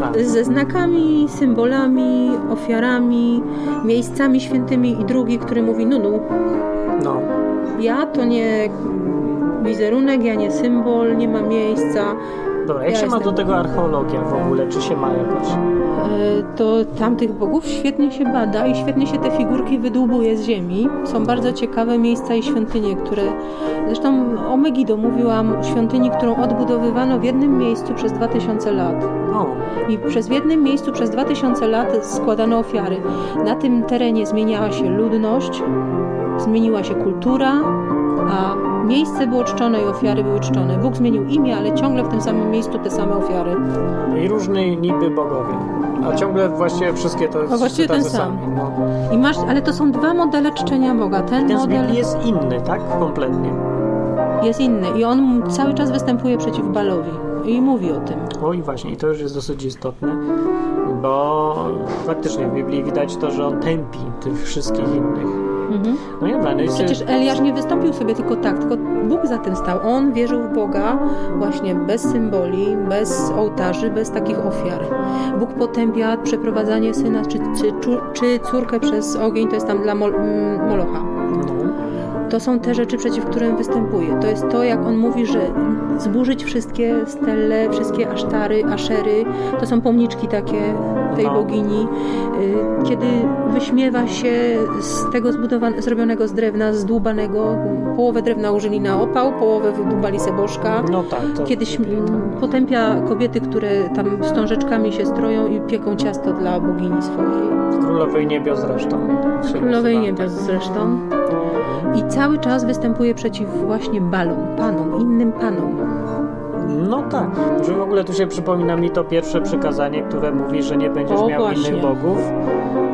Tak.
ze znakami, symbolami, ofiarami, miejscami świętymi i drugi, który mówi, no, no,
No,
ja to nie wizerunek, ja nie symbol, nie ma miejsca.
dobra,
Ja
jak się ma do
jestem-
tego archeologia w ogóle, czy się ma jakoś?
E, To tamtych bogów świetnie się bada i świetnie się te figurki wydłubuje z ziemi. Są bardzo ciekawe miejsca i świątynie, które... Zresztą o Megido mówiłam, świątyni, którą odbudowywano w jednym miejscu przez 2000 lat.
O,
I przez w jednym miejscu przez 2000 lat składano ofiary. Na tym terenie zmieniała się ludność, zmieniła się kultura, a miejsce było czczone i ofiary były czczone. Bóg zmienił imię, ale ciągle w tym samym miejscu te same ofiary.
i różni niby bogowie. A ciągle właściwie wszystkie to
A właściwie
tacy
ten sam.
sami, No.
I masz, ale to są dwa modele czczenia Boga. Ten,
Ten z
model
Biblii jest inny, tak? Kompletnie.
jest inny i on cały czas występuje przeciw Balowi i mówi o tym.
Oj, właśnie, i to już jest dosyć istotne, bo faktycznie w Biblii widać to, że on tępi tych wszystkich innych.
Mhm.
No nie wiem, no i
Przecież Eliasz nie wystąpił sobie tylko tak, tylko Bóg za tym stał. On wierzył w Boga właśnie bez symboli, bez ołtarzy, bez takich ofiar. Bóg potępia przeprowadzanie syna czy, czy, czu- czy córkę przez ogień, to jest tam dla mol, mm, Molocha.
no,
To są te rzeczy, przeciw którym występuje. To jest to, jak on mówi, że zburzyć wszystkie stele, wszystkie asztary, aszery, to są pomniczki takie tej
No.
bogini. Y, Kiedy wyśmiewa się z tego zbudowan- zrobionego z drewna, zdłubanego, połowę drewna użyli na opał, połowę wydłubali se bożka.
no tak, to
Kiedy
w Biblii, tak.
śm- potępia kobiety, które tam wstążeczkami się stroją i pieką ciasto dla bogini swojej.
Królowej Niebios zresztą. się
Królowej
nazywa.
niebios zresztą. I cały czas występuje przeciw właśnie balom, panom, innym panom.
No tak, że w ogóle tu się przypomina mi to pierwsze przykazanie, które mówi, że nie będziesz
O,
miał
właśnie.
innych bogów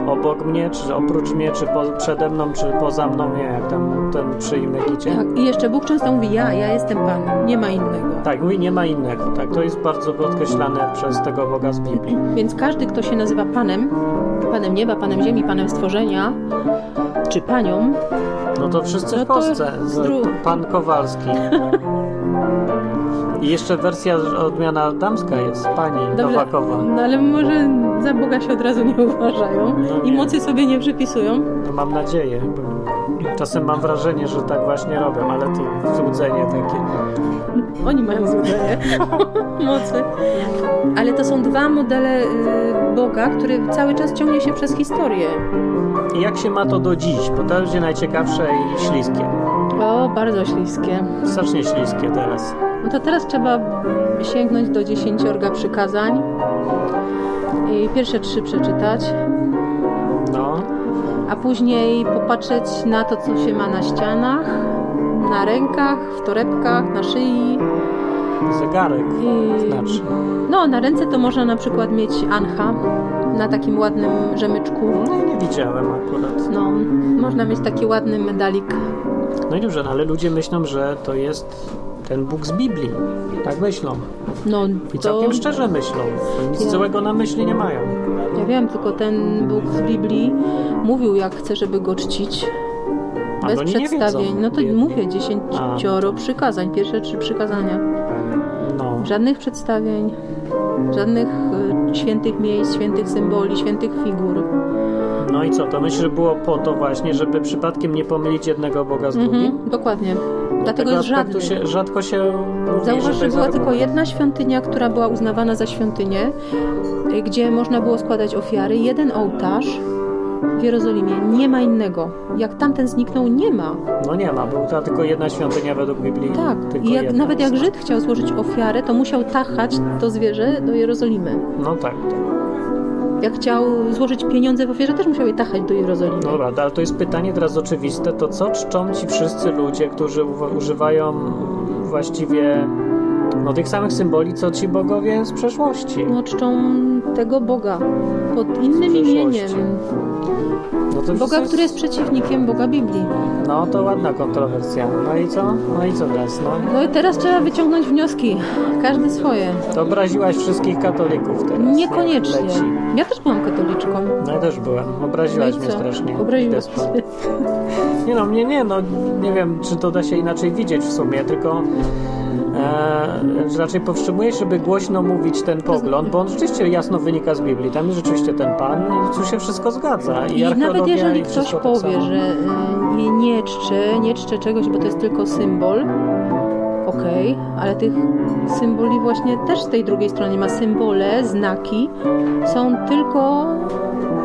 obok mnie, czy oprócz mnie, czy po, przede mną, czy poza mną, nie jak tam ten przyjmek idzie.
Tak, I jeszcze Bóg często mówi, ja, ja jestem panem, nie ma innego.
Tak, mówi, nie ma innego. Tak, to jest bardzo podkreślane przez tego Boga z Biblii.
Więc każdy, kto się nazywa panem, panem nieba, panem ziemi, panem stworzenia, czy panią,
No to wszyscy
No
w
to
Polsce. Z-
zdrów.
Pan Kowalski.
<laughs>
I jeszcze wersja odmiana damska jest, pani Nowakowa.
no ale może za Boga się od razu nie uważają
No
i
nie.
mocy sobie nie przypisują.
No mam nadzieję, bo czasem mam wrażenie, że tak właśnie robią, ale to złudzenie takie.
Oni mają złudzenie <laughs> mocy. Ale to są dwa modele y, Boga, który cały czas ciągnie się przez historię.
I jak się ma to do dziś? Bo to będzie najciekawsze i śliskie.
O, bardzo śliskie.
Strasznie śliskie teraz.
No to teraz trzeba sięgnąć do dziesięciorga przykazań i pierwsze trzy przeczytać,
No,
a później popatrzeć na to, co się ma na ścianach, na rękach, w torebkach, na szyi.
zegarek
I-
znaczy.
No, na ręce to można na przykład mieć ancha na takim ładnym rzemyczku.
No i nie widziałem akurat.
No, można mieć taki ładny medalik.
No i dobrze, no ale ludzie myślą, że to jest ten Bóg z Biblii. Tak myślą.
No,
I
to,
całkiem szczerze myślą. Nic
Ja-
złego na myśli nie mają.
ja wiem, tylko ten Bóg z Biblii mówił, jak chce, żeby go czcić.
A
Bez
bo oni nie
przedstawień.
wiedzą,
no to
biedni.
mówię, dziesięcioro przykazań, pierwsze trzy przykazania.
No.
Żadnych przedstawień, żadnych y, świętych miejsc, świętych symboli, świętych figur.
no i co, to myślę, że było po to właśnie, żeby przypadkiem nie pomylić jednego Boga z drugim?
Mhm, dokładnie.
Tego
Dlatego jest
aspektu
żadny.
się, rzadko się mówi, tak
Zauważ,
to
że
jest
była
argument.
tylko jedna świątynia, która była uznawana za świątynię, y, gdzie można było składać ofiary. Jeden ołtarz w Jerozolimie. Nie ma innego. Jak tamten zniknął, nie ma.
No nie ma, była ta tylko jedna świątynia według Biblii.
Tak.
tylko
I jak,
jedna.
nawet jak Żyd chciał złożyć ofiarę, to musiał tachać to zwierzę do Jerozolimy.
No tak.
Jak chciał złożyć pieniądze w ofierze, też musiał je tachać do Jerozolimy.
No Dobra, ale to jest pytanie teraz oczywiste, to co czczą ci wszyscy ludzie, którzy uw- używają właściwie no, tych samych symboli, co ci bogowie z przeszłości?
No, czczą tego Boga pod innym
przeszłości.
imieniem.
No to
Boga,
wszystko
który jest przeciwnikiem Boga Biblii.
No to ładna kontrowersja. No i co? No i co teraz? No,
No i teraz trzeba wyciągnąć wnioski. Każdy swoje.
to obraziłaś wszystkich katolików teraz. nie?
Niekoniecznie.
Leci.
Ja też byłam katoliczką.
No ja też byłem.
No i
Obraziłaś mnie
co?
strasznie.
Obraziłam
Despo.
się.
Nie no, mnie nie, no nie wiem, czy to da się inaczej widzieć w sumie, tylko e, że raczej powstrzymuję się, żeby głośno mówić ten pogląd, bo on rzeczywiście jasno wynika z Biblii. Tam jest rzeczywiście ten Pan i tu się wszystko zgadza. I,
I nawet
archeologia,
jeżeli
i
ktoś
wszystko tak
powie,
samo.
że y, nie czczę, nie czczę czegoś, bo to jest tylko symbol, okej, ale tych symboli właśnie też z tej drugiej strony ma symbole, znaki, są tylko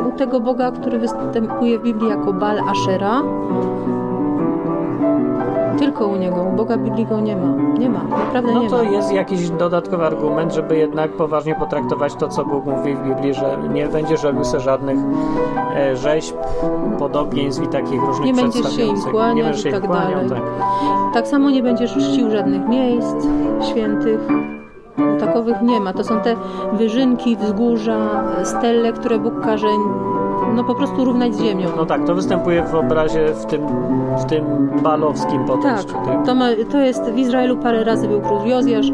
u tego Boga, który występuje w Biblii jako Bal Ashera. Tylko u niego, u Boga Biblii go nie ma. Nie ma, naprawdę
No
nie
to
ma.
jest jakiś dodatkowy argument, żeby jednak poważnie potraktować to, co Bóg mówi w Biblii, że nie będziesz robił sobie żadnych e, rzeźb, podobieństw i takich różnych
Nie będziesz się im
przedstawiających.
kłaniać
nie będziesz się
i
im
tak
kłaniał,
dalej.
Tak.
Tak samo nie będziesz czcił żadnych miejsc świętych. Bo Takowych nie ma. To są te wyżynki, wzgórza, stelle, które Bóg każe no po prostu równać z ziemią.
No tak, to występuje w obrazie w tym, w tym balowskim
Tak,
podejściu. tak?
to, ma, to jest w Izraelu parę razy był król Jozjasz, y,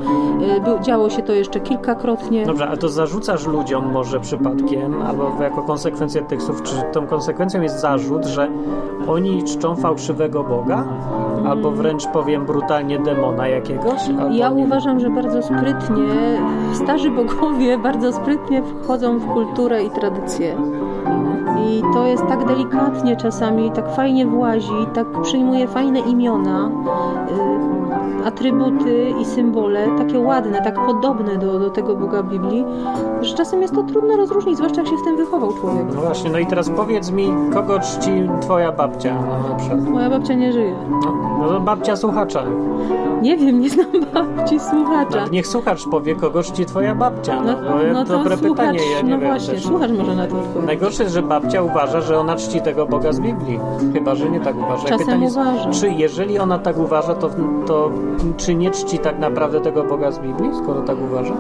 był, działo się to jeszcze kilkakrotnie.
Dobrze, a to zarzucasz ludziom może przypadkiem, albo jako konsekwencję tych słów, czy tą konsekwencją jest zarzut, że oni czczą fałszywego Boga, albo wręcz powiem brutalnie demona jakiegoś? Albo
Mm. Ja
nie wiem.
uważam, że bardzo sprytnie, starzy bogowie <laughs> bardzo sprytnie wchodzą w kulturę i tradycję. I to jest tak delikatnie czasami, tak fajnie włazi, tak przyjmuje fajne imiona, y, atrybuty i symbole, takie ładne, tak podobne do, do tego Boga Biblii, że czasem jest to trudno rozróżnić, zwłaszcza jak się w tym wychował człowiek.
No właśnie, no i teraz powiedz mi, kogo czci twoja babcia no, na przykład?
Moja babcia nie żyje.
No, no to babcia słuchacza.
Nie wiem, nie znam babci słuchacza.
No, niech słuchacz powie, kogo czci twoja babcia. No, bo ja- dobre pytanie, ja nie
no
wiem
właśnie,
też.
słuchacz może na to odpowiedzieć.
Najgorsze jest, że babcia uważa, że ona czci tego Boga z Biblii. Chyba, że nie tak uważa.
Czasem
Pytanie jest,
uważa.
Czy jeżeli ona tak uważa, to, to czy nie czci tak naprawdę tego Boga z Biblii, skoro tak uważa?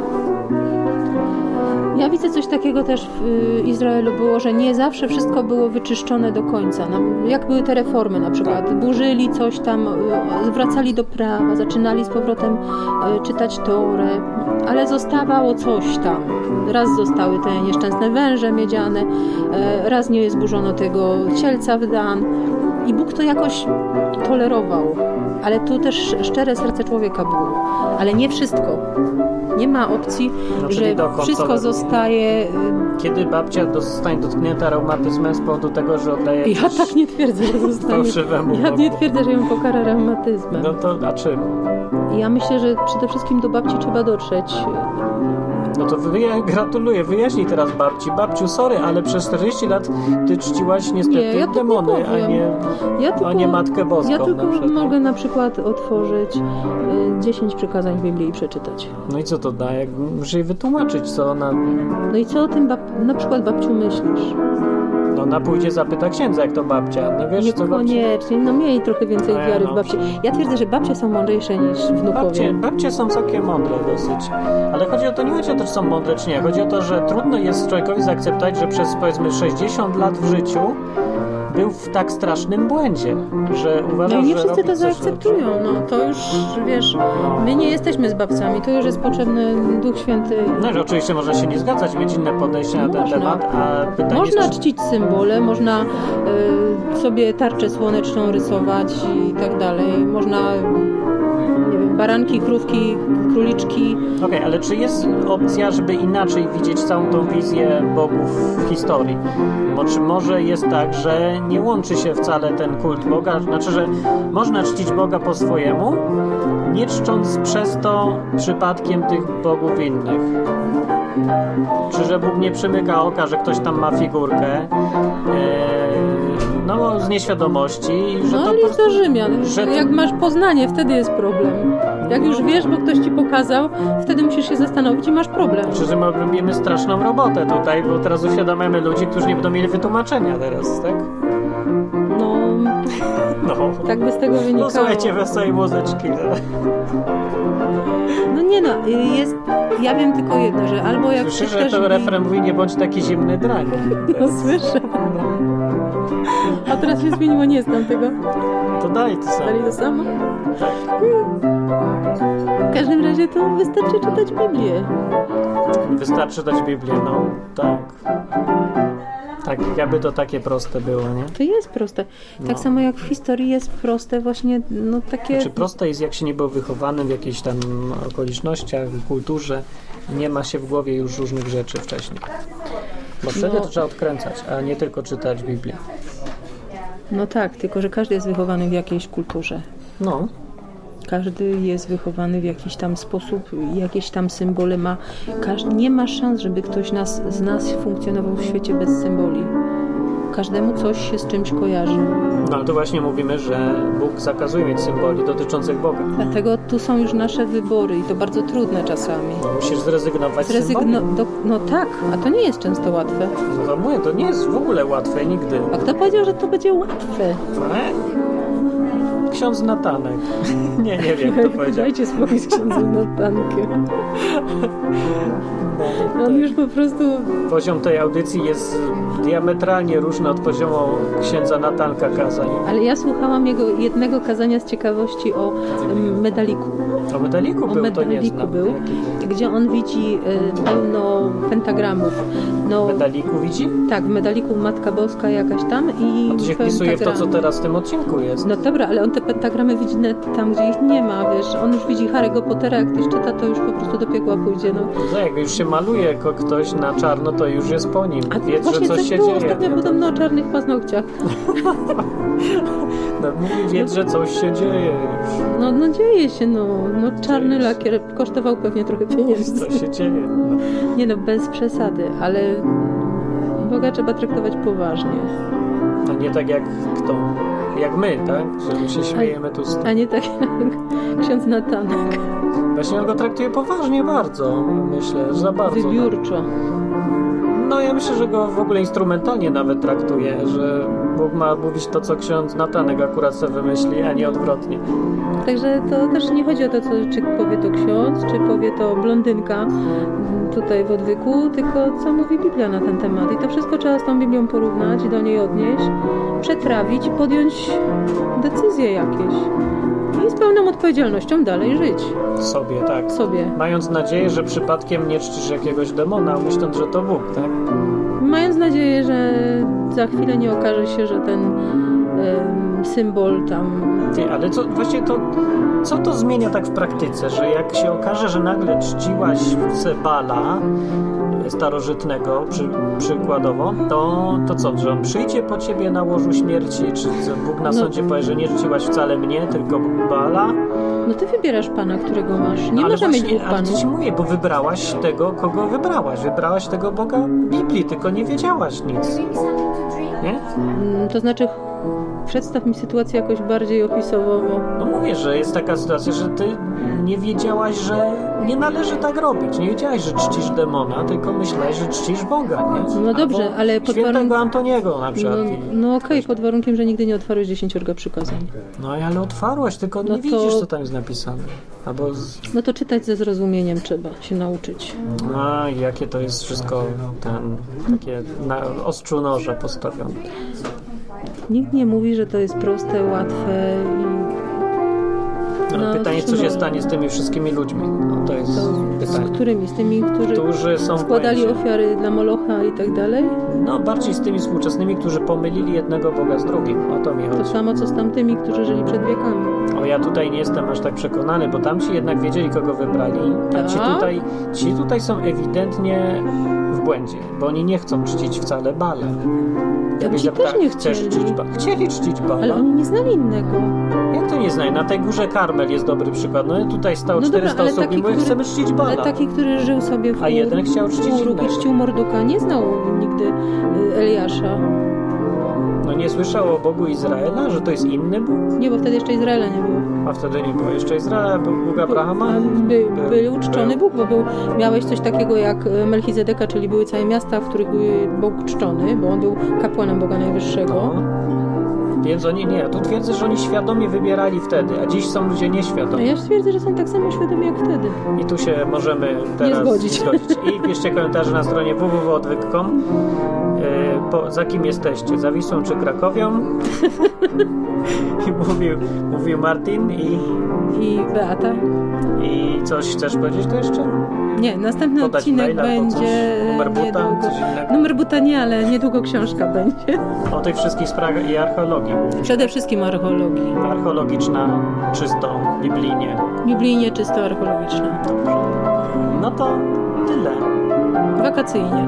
Ja widzę coś takiego też w y, Izraelu było, że nie zawsze wszystko było wyczyszczone do końca. No, jak były te reformy na przykład, burzyli coś tam, y, zwracali do prawa, zaczynali z powrotem y, czytać Torę, ale zostawało coś tam. Raz zostały te nieszczęsne węże miedziane, y, raz nie zburzono tego cielca w Dan i Bóg to jakoś tolerował. Ale tu też szczere serce człowieka było. Ale nie wszystko. Nie ma opcji,
No, czyli
że
dokąd
wszystko
tolerował?
zostaje. y,
Kiedy babcia zostanie dotknięta reumatyzmem z powodu tego, że oddaje
Ja
jakieś-
tak nie twierdzę, że zostaje.
Fałszywemu
Ja nie
Bogu.
twierdzę, że ją pokara reumatyzmem.
No to a czym?
Ja myślę, że przede wszystkim do babci trzeba dotrzeć.
No to wyja- gratuluję, wyjaśnij teraz babci. Babciu, sorry, ale przez 40 lat ty czciłaś niestety
Nie, ja tak nie
demony, a
powiem.
nie...
Ja
A nie Matkę Boską
Ja tylko
na przykład.
mogę na przykład otworzyć y, 10 przykazań Biblii i przeczytać.
No i co to daje? Muszę jej wytłumaczyć, co ona...
No i co o tym bab- na przykład babciu myślisz?
No na pójdzie zapyta księdza, jak to babcia. No wiesz, co babcia...
Niekoniecznie, no miej trochę więcej
E,
wiary
no.
w babcię. Ja twierdzę, że babcie są mądrzejsze niż
Babcie,
wnukowie.
babcie są całkiem mądre dosyć. Ale chodzi o to, nie chodzi o to, czy są mądre, czy nie. Chodzi o to, że trudno jest człowiekowi zaakceptować, że przez powiedzmy 60 lat w życiu był w tak strasznym błędzie, że
No
uważał,
i nie
że
wszyscy
robi
to
coś
zaakceptują.
dobrze.
No to już wiesz, my nie jesteśmy zbawcami, to już jest potrzebny Duch Święty.
No i oczywiście można się nie zgadzać, mieć inne podejście na ten
Można.
temat, a pytanie
Można
Tak jest...
czcić symbole, można y, sobie tarczę słoneczną rysować i tak dalej. Można nie wiem, baranki, krówki, króliczki.
Okej, ale czy jest opcja, żeby inaczej widzieć całą tą wizję bogów w historii? Bo czy może jest tak, że nie łączy się wcale ten kult Boga? Znaczy, że można czcić Boga po swojemu, nie czcząc przez to przypadkiem tych bogów innych? Czy że Bóg nie przymyka oka, że ktoś tam ma figurkę? Eee, no, z nieświadomości. i Że
No
to
ale
po
jest to
prostu-
Rzymian.
że to-
Jak masz poznanie, wtedy jest problem. Jak już wiesz, bo ktoś ci pokazał, wtedy musisz się zastanowić i masz problem.
Czy że my robimy straszną robotę tutaj, bo teraz uświadamiamy ludzi, którzy nie będą mieli wytłumaczenia teraz, tak?
No,
No.
tak by z tego wynikało.
Posłuchajcie wesołej muzyczki. No.
No nie no, jest, ja wiem tylko jedno, że albo jak
Słyszę, że
przeczytasz
ten
Biblię-
refren mówi nie bądź taki zimny drań.
No słyszę, a teraz się zmieniło, nie znam tego.
To daj to samo.
Dalej to samo? W każdym razie to wystarczy czytać Biblię.
Wystarczy dać Biblię, no tak. Tak, jakby to takie proste było, nie?
To jest proste. Tak
No. Znaczy,
samo jak w historii jest proste właśnie, no takie...
Czy proste jest, jak się nie było wychowanym w jakichś tam okolicznościach, kulturze, nie ma się w głowie już różnych rzeczy wcześniej. Bo wtedy
No.
to trzeba odkręcać, a nie tylko czytać Biblię.
No tak, tylko że każdy jest wychowany w jakiejś kulturze.
No,
Każdy jest wychowany w jakiś tam sposób, jakieś tam symbole ma. Każdy, nie ma szans, żeby ktoś nas, z nas funkcjonował w świecie bez symboli. Każdemu coś się z czymś kojarzy.
no ale to właśnie mówimy, że Bóg zakazuje mieć symboli dotyczących Boga.
Dlatego tu są już nasze wybory i to bardzo trudne czasami.
No, musisz zrezygnować z symboli.
Zrezygno- do, no tak, a to nie jest często łatwe.
No to mówię, to nie jest w ogóle łatwe nigdy.
A kto powiedział, że to będzie łatwe?
E? Ksiądz Natanek. <laughs> Nie, nie wiem, kto powiedział.
Dajcie spokój z księdzem Natankiem.
No,
On
tak.
już po prostu...
Poziom tej audycji jest diametralnie różny od poziomu księdza Natanka kazań.
Ale ja słuchałam jego jednego kazania z ciekawości o em, medaliku.
O medaliku
O
był, to nie
medaliku
znam.
był, gdzie on widzi y, pełno pentagramów. No,
Medaliku widzi?
tak, w medaliku Matka Boska jakaś tam i
A to się wpisuje w to, co
pentagramy.
teraz w tym odcinku jest.
tak, No dobra, ale on te pentagramy widzi nawet tam, gdzie ich nie ma, wiesz. On już widzi Harry'ego Pottera, jak ktoś czyta, to już po prostu do piekła pójdzie, no.
No, jak już się maluje ko- ktoś na czarno, to już jest po nim.
A
Wie, że
właśnie
coś
coś
się
było
dzieje.
ostatnio
nie?
podobno o czarnych paznokciach.
No, mówi, wie, że coś się dzieje już.
No, no dzieje się, no. no czarny
Dzieje się.
lakier kosztował pewnie trochę pieniędzy.
Coś się dzieje. No.
Nie no, bez przesady, ale Boga trzeba traktować poważnie.
No nie tak jak kto? Jak my, tak? Że my się śmiejemy tu z
A nie tak jak ksiądz Natanek.
Właśnie on go traktuje poważnie bardzo, myślę, za bardzo.
Wybiórczo.
No ja myślę, że go w ogóle instrumentalnie nawet traktuje, że Bóg ma mówić to, co ksiądz Natanek akurat sobie wymyśli, a nie odwrotnie.
Także to też nie chodzi o to, co, czy powie to ksiądz, czy powie to blondynka m, tutaj w odwyku, tylko co mówi Biblia na ten temat. I to wszystko trzeba z tą Biblią porównać, do niej odnieść, przetrawić, podjąć decyzje jakieś. I z pełną odpowiedzialnością dalej żyć
Sobie, tak.
sobie.
Mając nadzieję, że przypadkiem nie czcisz jakiegoś demona, myśląc, że to Bóg, tak?
Mając nadzieję, że za chwilę nie okaże się, że ten em, symbol tam
Ty, ale co, właśnie to, co to zmienia tak w praktyce, że jak się okaże, że nagle czciłaś Zebala starożytnego, przy, przykładowo, to, to co, że on przyjdzie po ciebie na łożu śmierci, czy co, Bóg na
No.
sądzie powie, że nie czciłaś wcale mnie, tylko Bala?
No ty wybierasz pana, którego masz. Nie
ale
można mieć dwóch
ale
panów.
to ci mówię, bo wybrałaś tego, kogo wybrałaś, wybrałaś tego Boga Biblii, tylko nie wiedziałaś nic, nie?
Mm, To znaczy, przedstaw mi sytuację jakoś bardziej opisowo, bo
No mówię, że jest taka sytuacja, że ty nie wiedziałaś, że nie należy tak robić. Nie wiedziałaś, że czcisz demona, tylko myślałaś, że czcisz Boga, nie?
No dobrze,
Albo
ale pod
Świętego
warun-
Antoniego na
no,
przykład. i-
no okej, pod warunkiem, że nigdy nie otwarłeś dziesięciorga przykazań.
No i ale otwarłaś, tylko
No
nie
to-
widzisz, co tam jest napisane. Albo z...
No to czytać ze zrozumieniem trzeba się nauczyć.
A, no jakie to jest wszystko ten, takie na ostrzu noża postawione.
Nikt nie mówi, że to jest proste, łatwe i...
No, pytanie, co
cóż,
się
no,
stanie z tymi wszystkimi ludźmi? No, to jest
to Z
pytanie.
którymi? Z tymi, którzy
Którzy Tak. są w
składali
błędzie.
ofiary dla Molocha i tak dalej?
No, bardziej z tymi współczesnymi, którzy pomylili jednego Boga z drugim. O to mi
To
chodzi.
samo, co z tamtymi, którzy żyli przed wiekami.
O, ja tutaj nie jestem aż tak przekonany, bo tamci jednak wiedzieli, kogo wybrali, a ci
Tak?
tutaj, ci tutaj są ewidentnie w błędzie, bo oni nie chcą czcić wcale Bala. Jakbyś
ci
zapytała,
też nie
chcesz
chcieli.
czcić Bala? Chcieli czcić Bala.
Ale oni nie znali innego.
Jak to nie znaj? Na tej górze Karmel jest dobry przykład. No tutaj stało
No dobra,
400
ale
osób
taki,
i mówię,
który-
chcemy czcić
Ale
Bala.
taki, który żył sobie w
A jeden chciał czcić
Uruk i
innego.
czcił Morduka, nie znał nigdy y, Eliasza.
No nie słyszał o Bogu Izraela, że to jest inny Bóg?
Nie, bo wtedy jeszcze Izraela nie było.
A wtedy nie było jeszcze Izraela, był Bóg Abrahama.
By,
Był-
był uczczony
był.
Bóg, bo był, miałeś coś takiego jak y, Melchizedeka, czyli były całe miasta, w których był Bóg czczony, bo on był kapłanem Boga Najwyższego.
No. Więc oni nie. Tu twierdzę, że oni świadomie wybierali wtedy, a dziś są ludzie
A
nieświadomi.
No ja twierdzę, że są tak samo świadomi jak wtedy.
I tu się możemy teraz
zgodzić.
I piszcie komentarze na stronie www.odwyk.com Yy, po, za kim jesteście? Za Wisłą czy Krakowią? <laughs> I mówił, mówił Martin i,
I Beata?
i coś chcesz powiedzieć to jeszcze?
Nie, następny
Podać
odcinek
maila, bo coś,
będzie
numer buta,
niedługo.
coś innego.
Numer buta nie, ale niedługo książka będzie.
<laughs> O tych wszystkich sprawach i archeologii.
Przede wszystkim archeologii.
Archeologiczna, czysto, biblijnie.
Biblijnie czysto archeologiczne.
No to tyle.
Wakacyjnie.